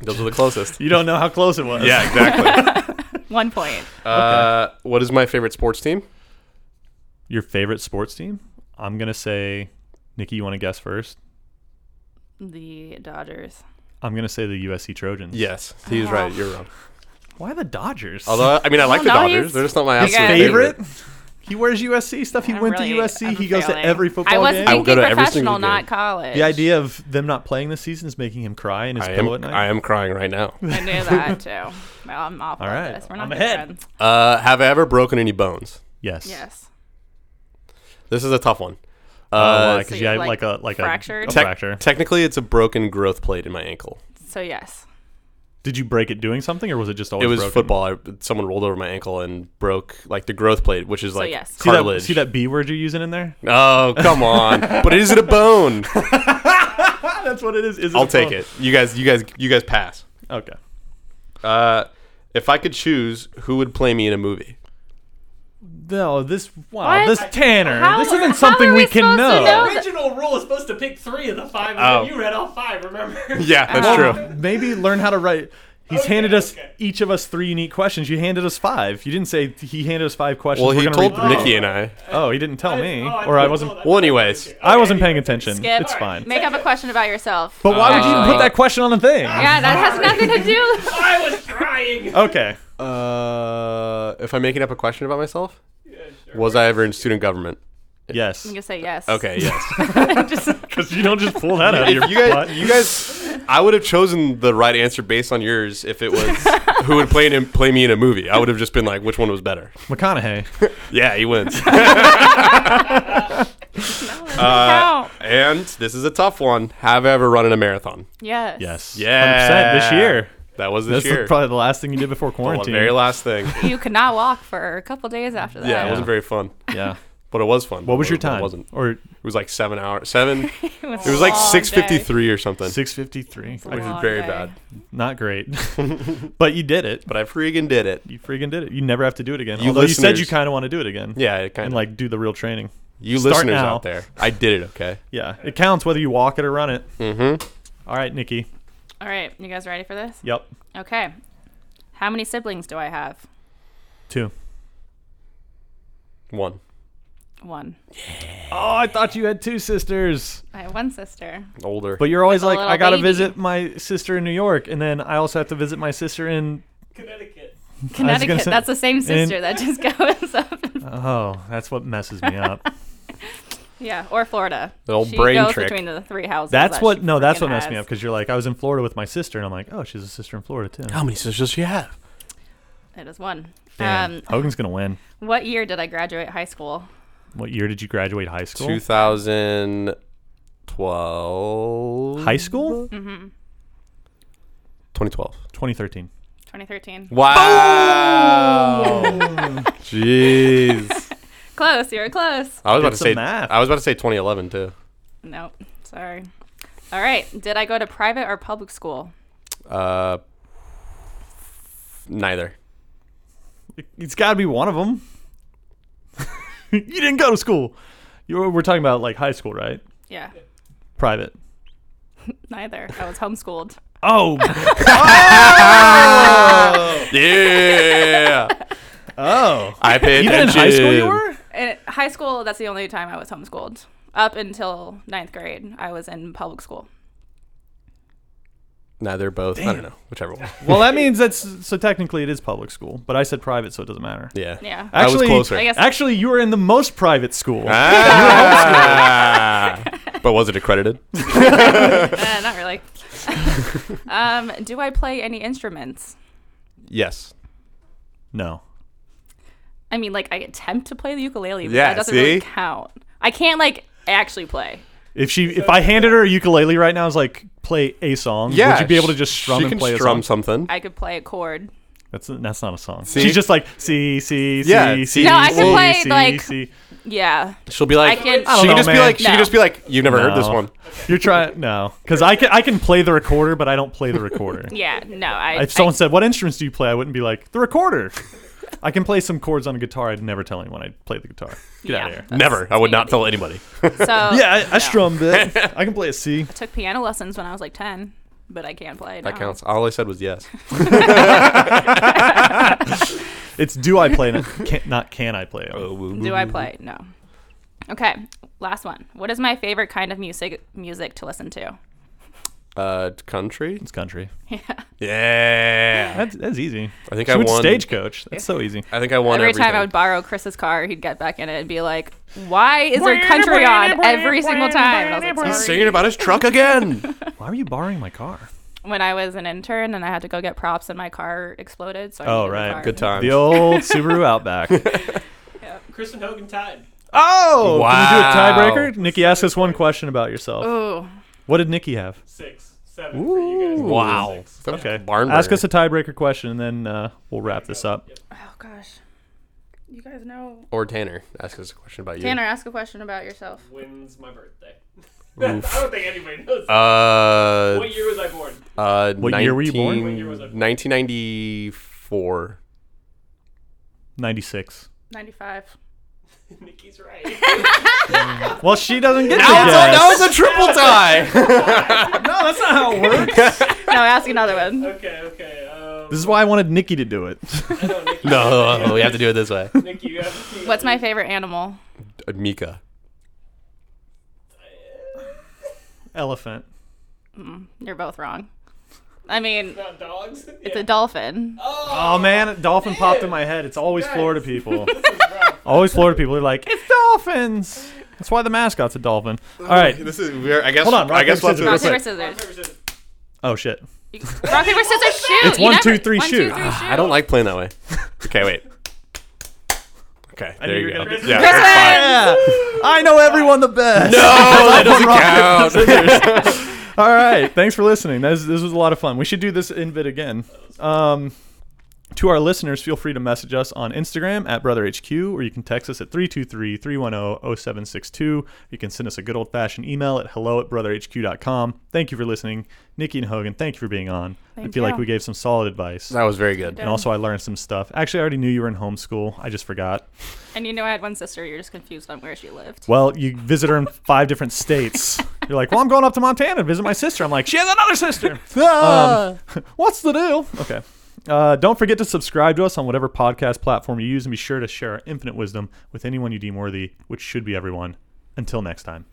[SPEAKER 2] Those were the closest.
[SPEAKER 1] You don't know how close it was.
[SPEAKER 2] yeah, exactly.
[SPEAKER 3] One point.
[SPEAKER 2] uh, what is my favorite sports team?
[SPEAKER 1] Your favorite sports team? I'm gonna say, Nikki. You want to guess first?
[SPEAKER 3] The Dodgers.
[SPEAKER 1] I'm gonna say the USC Trojans.
[SPEAKER 2] Yes, he's right. You're wrong.
[SPEAKER 1] Why the Dodgers?
[SPEAKER 2] Although I mean, I like the
[SPEAKER 3] no,
[SPEAKER 2] Dodgers.
[SPEAKER 3] he's-
[SPEAKER 2] They're just not my
[SPEAKER 3] He's
[SPEAKER 2] absolute
[SPEAKER 1] favorite.
[SPEAKER 2] favorite.
[SPEAKER 1] He wears USC stuff. He
[SPEAKER 3] I'm
[SPEAKER 1] went
[SPEAKER 3] really-
[SPEAKER 1] to USC.
[SPEAKER 3] I'm
[SPEAKER 1] he goes
[SPEAKER 3] failing.
[SPEAKER 1] to every football
[SPEAKER 3] I was
[SPEAKER 1] game.
[SPEAKER 2] I
[SPEAKER 3] thinking
[SPEAKER 2] would go to every
[SPEAKER 3] professional,
[SPEAKER 2] single
[SPEAKER 3] not
[SPEAKER 2] game.
[SPEAKER 3] college.
[SPEAKER 1] the idea of them not playing this season is making him cry in his
[SPEAKER 2] I
[SPEAKER 1] pillow at
[SPEAKER 2] am.
[SPEAKER 1] night.
[SPEAKER 2] I am crying right now.
[SPEAKER 3] I knew that too. Well, I'm awful
[SPEAKER 1] All right,
[SPEAKER 3] at this. We're not
[SPEAKER 1] I'm
[SPEAKER 3] good
[SPEAKER 1] ahead.
[SPEAKER 3] friends.
[SPEAKER 2] Uh, have I ever broken any bones?
[SPEAKER 1] Yes.
[SPEAKER 3] Yes.
[SPEAKER 2] This is a tough one.
[SPEAKER 1] Because
[SPEAKER 2] Uh,
[SPEAKER 3] Oh, So
[SPEAKER 1] yeah,
[SPEAKER 3] you
[SPEAKER 1] like,
[SPEAKER 3] like
[SPEAKER 1] a like a-
[SPEAKER 3] fractured?
[SPEAKER 1] a
[SPEAKER 2] tec-
[SPEAKER 1] fracture.
[SPEAKER 2] technically, it's a broken growth plate in my ankle.
[SPEAKER 3] So yes.
[SPEAKER 1] Did you break it doing something, or was it just always?
[SPEAKER 2] It was
[SPEAKER 1] broken?
[SPEAKER 2] football. I, someone rolled over my ankle and broke like the growth plate, which is like
[SPEAKER 3] yes. See
[SPEAKER 1] See that,
[SPEAKER 2] cartilage.
[SPEAKER 1] see that B word you're using in there?
[SPEAKER 2] Oh come on! but is it a bone?
[SPEAKER 1] That's what it is. is
[SPEAKER 2] I'll take it. You guys, you guys, you guys pass.
[SPEAKER 1] Okay.
[SPEAKER 2] Uh, if I could choose, who would play me in a movie?
[SPEAKER 1] No, this wow,
[SPEAKER 3] What?
[SPEAKER 1] this Tanner.
[SPEAKER 3] How-
[SPEAKER 1] this
[SPEAKER 3] how
[SPEAKER 1] isn't something
[SPEAKER 3] are
[SPEAKER 1] we,
[SPEAKER 3] we
[SPEAKER 1] can
[SPEAKER 3] supposed
[SPEAKER 1] know.
[SPEAKER 3] to know?
[SPEAKER 4] Original rule is supposed to pick three of the five, and
[SPEAKER 2] Oh.
[SPEAKER 4] then you read all five. Remember?
[SPEAKER 2] Yeah, that's true.
[SPEAKER 1] Maybe learn how to write. He's
[SPEAKER 4] Okay,
[SPEAKER 1] handed us
[SPEAKER 4] okay.
[SPEAKER 1] each of us three unique questions. You handed us five. You didn't say he handed us five questions.
[SPEAKER 2] Well,
[SPEAKER 1] We're
[SPEAKER 2] he
[SPEAKER 1] gonna
[SPEAKER 2] told
[SPEAKER 1] read three.
[SPEAKER 2] Nikki and I.
[SPEAKER 1] Oh, he didn't tell
[SPEAKER 4] I-
[SPEAKER 1] me,
[SPEAKER 4] oh,
[SPEAKER 1] or I
[SPEAKER 4] thought-
[SPEAKER 1] wasn't.
[SPEAKER 4] oh,
[SPEAKER 2] Well, anyways,
[SPEAKER 1] I wasn't paying
[SPEAKER 4] okay.
[SPEAKER 1] attention.
[SPEAKER 3] Skip.
[SPEAKER 1] It's fine.
[SPEAKER 3] Make up a question about yourself.
[SPEAKER 1] But why would you even
[SPEAKER 2] Uh,
[SPEAKER 1] put that question on a thing?
[SPEAKER 3] yeah, that has nothing to do.
[SPEAKER 4] I was trying.
[SPEAKER 1] Okay.
[SPEAKER 2] Uh, if I'm making up a question about myself,
[SPEAKER 4] Yeah, sure.
[SPEAKER 2] was I ever in student government?
[SPEAKER 1] Yes.
[SPEAKER 3] I'm gonna say yes.
[SPEAKER 2] Okay, yes.
[SPEAKER 3] Just,
[SPEAKER 1] Because you don't just pull that out of your
[SPEAKER 2] if you guys,
[SPEAKER 1] butt.
[SPEAKER 2] you guys, I would have chosen the right answer based on yours if it was who would play in, play me in a movie. I would have just been like, which one was better?
[SPEAKER 1] McConaughey.
[SPEAKER 2] Yeah, he wins. Uh,
[SPEAKER 3] How?
[SPEAKER 2] and this is a tough one. Have I ever run in a marathon?
[SPEAKER 3] Yes.
[SPEAKER 1] Yes.
[SPEAKER 2] Yeah,
[SPEAKER 1] 100% this year.
[SPEAKER 2] That was this
[SPEAKER 1] That's
[SPEAKER 2] year.
[SPEAKER 1] the, probably the last thing you did before
[SPEAKER 2] the
[SPEAKER 1] quarantine.
[SPEAKER 2] very last thing.
[SPEAKER 3] You could not walk for a couple days after that.
[SPEAKER 2] Yeah, it
[SPEAKER 1] Yeah.
[SPEAKER 2] wasn't very fun,
[SPEAKER 1] yeah.
[SPEAKER 2] but it was fun.
[SPEAKER 1] What was your
[SPEAKER 2] But
[SPEAKER 1] time?
[SPEAKER 2] It wasn't. It
[SPEAKER 1] Or
[SPEAKER 2] was like seven hours. Seven. it
[SPEAKER 3] It was,
[SPEAKER 2] was
[SPEAKER 3] a
[SPEAKER 2] like
[SPEAKER 3] long
[SPEAKER 2] six fifty
[SPEAKER 3] day.
[SPEAKER 2] three or something.
[SPEAKER 1] six fifty three.
[SPEAKER 3] It was a long
[SPEAKER 2] very
[SPEAKER 3] day.
[SPEAKER 2] bad.
[SPEAKER 1] Not great. but you did it.
[SPEAKER 2] But I freaking did it.
[SPEAKER 1] You freaking did it. You never have to do it again.
[SPEAKER 2] You
[SPEAKER 1] Although you said
[SPEAKER 2] listeners-
[SPEAKER 1] you kind of want to do it again.
[SPEAKER 2] Yeah, it kind
[SPEAKER 1] And
[SPEAKER 2] of
[SPEAKER 1] like do the real training.
[SPEAKER 2] you
[SPEAKER 1] start
[SPEAKER 2] listeners
[SPEAKER 1] now.
[SPEAKER 2] out there. I did it. Okay.
[SPEAKER 1] Yeah. It counts whether you walk it or run it.
[SPEAKER 2] Mm-hmm.
[SPEAKER 1] All right, Nikki.
[SPEAKER 3] All right, you guys ready for this?
[SPEAKER 1] Yep.
[SPEAKER 3] Okay. How many siblings do I have?
[SPEAKER 1] Two.
[SPEAKER 2] One.
[SPEAKER 3] One.
[SPEAKER 1] Oh, I thought you had two sisters.
[SPEAKER 3] I have one sister.
[SPEAKER 2] Older.
[SPEAKER 1] But you're always
[SPEAKER 3] With a
[SPEAKER 1] like,
[SPEAKER 3] little
[SPEAKER 1] I gotta
[SPEAKER 3] baby.
[SPEAKER 1] visit my sister in New York, and then I also have to visit my sister in.
[SPEAKER 4] Connecticut.
[SPEAKER 1] gonna
[SPEAKER 3] Connecticut.
[SPEAKER 1] say-
[SPEAKER 3] That's the same sister that just goes up.
[SPEAKER 1] Oh, that's what messes me up.
[SPEAKER 3] yeah, or Florida.
[SPEAKER 2] The old
[SPEAKER 3] she
[SPEAKER 2] brain
[SPEAKER 3] goes
[SPEAKER 2] trick.
[SPEAKER 3] between the three houses.
[SPEAKER 1] That's
[SPEAKER 3] that
[SPEAKER 1] what.
[SPEAKER 3] she
[SPEAKER 1] No, that's what
[SPEAKER 3] freaking
[SPEAKER 1] messed me up
[SPEAKER 3] has.
[SPEAKER 1] because you're like, I was in Florida with my sister, and I'm like, oh, she's a sister in Florida too.
[SPEAKER 3] Um,
[SPEAKER 2] how many sisters does she have?
[SPEAKER 3] It is one.
[SPEAKER 1] Damn, Oh.
[SPEAKER 3] Um,
[SPEAKER 1] Hogan's gonna win.
[SPEAKER 3] what year did I graduate high school?
[SPEAKER 1] What year did you graduate high school?
[SPEAKER 2] 2012.
[SPEAKER 1] High school?
[SPEAKER 2] 2012.
[SPEAKER 1] 2013.
[SPEAKER 3] 2013.
[SPEAKER 2] Wow. Jeez.
[SPEAKER 3] Close. You were close.
[SPEAKER 2] I was about
[SPEAKER 1] Did
[SPEAKER 2] to
[SPEAKER 1] some
[SPEAKER 2] say
[SPEAKER 1] math.
[SPEAKER 2] I was about to say 2011 too.
[SPEAKER 3] Nope. Sorry. All right. Did I go to private or public school?
[SPEAKER 2] Uh, neither.
[SPEAKER 1] It- It's got to be one of them. you didn't go to school. You were, we're talking about like high school, right?
[SPEAKER 3] Yeah.
[SPEAKER 1] Private.
[SPEAKER 3] Neither. I was homeschooled.
[SPEAKER 1] Oh,
[SPEAKER 2] Yeah.
[SPEAKER 1] oh.
[SPEAKER 2] I paid
[SPEAKER 1] Even in
[SPEAKER 2] attention.
[SPEAKER 1] high school, you were.
[SPEAKER 3] In high school, that's the only time I was homeschooled. Up until ninth grade, I was in public school.
[SPEAKER 2] Neither, both. I don't know. Whichever one.
[SPEAKER 1] Well, that means that's so technically it is public school, but I said private, so it doesn't matter.
[SPEAKER 2] Yeah.
[SPEAKER 3] Yeah.
[SPEAKER 2] I was
[SPEAKER 1] Actually-
[SPEAKER 2] closer.
[SPEAKER 3] I guess-
[SPEAKER 1] Actually, you were in the most private school.
[SPEAKER 2] Ah. but was it accredited?
[SPEAKER 3] Uh, not really. um, do I play any instruments?
[SPEAKER 2] Yes.
[SPEAKER 1] No.
[SPEAKER 3] I mean, like I attempt to play the ukulele, but
[SPEAKER 2] Yeah,
[SPEAKER 3] that doesn't really
[SPEAKER 2] see?
[SPEAKER 3] count. I can't like actually play.
[SPEAKER 1] If she, if I handed her a ukulele right now, I was like, play a song.
[SPEAKER 2] Yeah.
[SPEAKER 1] Would you be able to just
[SPEAKER 2] sh-
[SPEAKER 1] strum
[SPEAKER 2] she
[SPEAKER 1] and
[SPEAKER 2] can
[SPEAKER 1] play
[SPEAKER 2] strum
[SPEAKER 1] a song?
[SPEAKER 2] something.
[SPEAKER 3] I could play a chord.
[SPEAKER 1] That's that's not a song.
[SPEAKER 2] See?
[SPEAKER 1] She's just like C C C
[SPEAKER 2] Yeah,
[SPEAKER 1] C.
[SPEAKER 2] No, I
[SPEAKER 3] can play, like- Yeah.
[SPEAKER 2] She'll be like.
[SPEAKER 3] I can- I
[SPEAKER 1] don't
[SPEAKER 2] she
[SPEAKER 1] know,
[SPEAKER 2] can just be
[SPEAKER 1] man.
[SPEAKER 2] like. She
[SPEAKER 3] No.
[SPEAKER 2] can just be like. You've never heard this
[SPEAKER 1] No.
[SPEAKER 2] one.
[SPEAKER 1] You're trying no, because I can I can play the recorder, but I don't play the recorder.
[SPEAKER 3] Yeah. No. I.
[SPEAKER 1] If someone said, "What instruments do you play?" I wouldn't be like the recorder. I can play some chords on a guitar. I'd never tell anyone I play the guitar. Get out of
[SPEAKER 3] Yeah.
[SPEAKER 1] here.
[SPEAKER 2] Never. I would not tell anybody.
[SPEAKER 3] I, so
[SPEAKER 1] Yeah, I, I strummed it. I can play a C.
[SPEAKER 3] took piano lessons when I was like ten. but I can play.
[SPEAKER 2] That
[SPEAKER 3] now.
[SPEAKER 2] counts. All I said was yes.
[SPEAKER 1] It's do I play not can, not can I play?
[SPEAKER 3] Do
[SPEAKER 2] Mm-hmm.
[SPEAKER 3] I play? No. Okay, last one. What is my favorite kind of music music to listen to?
[SPEAKER 2] Uh, country.
[SPEAKER 1] It's country.
[SPEAKER 2] Yeah.
[SPEAKER 1] That's, that's easy.
[SPEAKER 2] I think
[SPEAKER 1] She
[SPEAKER 2] I
[SPEAKER 1] went
[SPEAKER 2] won.
[SPEAKER 1] stagecoach. That's so easy.
[SPEAKER 2] I think I won
[SPEAKER 3] every time I
[SPEAKER 2] everything.
[SPEAKER 3] would borrow Chris's car, he'd get back in it and be like, "Why is there country on every single time?" And I was like,
[SPEAKER 2] He's
[SPEAKER 3] "Sorry."
[SPEAKER 2] singing about his truck again.
[SPEAKER 1] Why were you borrowing my car?
[SPEAKER 3] when I was an intern and I had to go get props and my car exploded. So I
[SPEAKER 1] Oh,
[SPEAKER 3] needed a
[SPEAKER 1] right.
[SPEAKER 3] car.
[SPEAKER 2] Good times.
[SPEAKER 1] The old Subaru Outback.
[SPEAKER 4] Kristen Hogan tied.
[SPEAKER 1] Oh,
[SPEAKER 2] Wow.
[SPEAKER 1] Can we do a tiebreaker? Nikki, ask us one question about yourself.
[SPEAKER 3] Ooh,
[SPEAKER 1] What did Nikki have?
[SPEAKER 4] Six, seven for you guys.
[SPEAKER 2] Wow.
[SPEAKER 4] Six.
[SPEAKER 2] Okay.
[SPEAKER 1] Ask us a tiebreaker question, and then uh, we'll wrap this up.
[SPEAKER 3] oh gosh, you guys know.
[SPEAKER 2] or Tanner. Ask us a question about you.
[SPEAKER 3] Tanner, ask a question about yourself.
[SPEAKER 4] When's my birthday? I don't think anybody knows. that.
[SPEAKER 2] Uh,
[SPEAKER 4] what year was I born?
[SPEAKER 2] uh,
[SPEAKER 1] What year were you born?
[SPEAKER 2] 19
[SPEAKER 4] What year was I born?
[SPEAKER 2] 1994.
[SPEAKER 1] Ninety-six.
[SPEAKER 3] Ninety-five.
[SPEAKER 4] Nikki's right.
[SPEAKER 1] Well, she doesn't get to
[SPEAKER 2] That
[SPEAKER 1] guess.
[SPEAKER 2] was a triple tie.
[SPEAKER 1] No, that's not how it works.
[SPEAKER 3] No, ask another one.
[SPEAKER 4] okay, okay. Um,
[SPEAKER 1] this is why I wanted Nikki to do it.
[SPEAKER 4] I know, Nikki,
[SPEAKER 2] no, we have to do it this way.
[SPEAKER 4] Nikki, you have to
[SPEAKER 3] What's my favorite animal?
[SPEAKER 2] uh, Mika.
[SPEAKER 1] Elephant.
[SPEAKER 3] You're both wrong. I mean,
[SPEAKER 4] about dogs?
[SPEAKER 3] it's a dolphin.
[SPEAKER 1] Oh man, dolphin popped in my head. It's always Florida people. always Florida people. They're like, it's dolphins. That's why the mascot's a dolphin. All right.
[SPEAKER 2] This is weird. I guess.
[SPEAKER 1] Hold on, rock,
[SPEAKER 2] I guess
[SPEAKER 1] paper,
[SPEAKER 2] we'll have
[SPEAKER 3] Rock
[SPEAKER 2] to-
[SPEAKER 3] paper
[SPEAKER 1] scissors.
[SPEAKER 3] scissors.
[SPEAKER 1] Oh shit.
[SPEAKER 3] Rock paper scissors shoot.
[SPEAKER 1] It's
[SPEAKER 3] You
[SPEAKER 1] one,
[SPEAKER 3] never-
[SPEAKER 1] two, three,
[SPEAKER 3] one, two,
[SPEAKER 1] shoot.
[SPEAKER 3] three,
[SPEAKER 1] Ah,
[SPEAKER 2] I don't like playing that way. Okay, wait. Okay,
[SPEAKER 1] knew
[SPEAKER 2] there
[SPEAKER 1] you
[SPEAKER 2] you
[SPEAKER 1] were
[SPEAKER 2] go.
[SPEAKER 1] gonna do
[SPEAKER 2] Yeah, that's fine.
[SPEAKER 1] Yeah. I know everyone the best.
[SPEAKER 2] No, that doesn't count.
[SPEAKER 1] All right. Thanks for listening. This, this was a lot of fun. We should do this in vid again. Um, to our listeners, feel free to message us on Instagram at BrotherHQ, or you can text us at 323 310 0762. You can send us a good old fashioned email at hello at brotherhq.com. Thank you for listening. Nikki and Hogan, thank you for being on. I
[SPEAKER 3] Thank
[SPEAKER 1] feel like
[SPEAKER 3] you.
[SPEAKER 1] we gave some solid advice.
[SPEAKER 2] That was very good.
[SPEAKER 1] And also, I learned some stuff. Actually, I already knew you were in homeschool. I just forgot.
[SPEAKER 3] And you know, I had one sister. You're just confused on where she lived.
[SPEAKER 1] Well, you visit her in five different states. You're like, well, I'm going up to Montana to visit my sister. I'm like, she has another sister.
[SPEAKER 3] Uh.
[SPEAKER 1] Um, what's the deal? Okay. Uh, don't forget to subscribe to us on whatever podcast platform you use and be sure to share our infinite wisdom with anyone you deem worthy, which should be everyone. Until next time.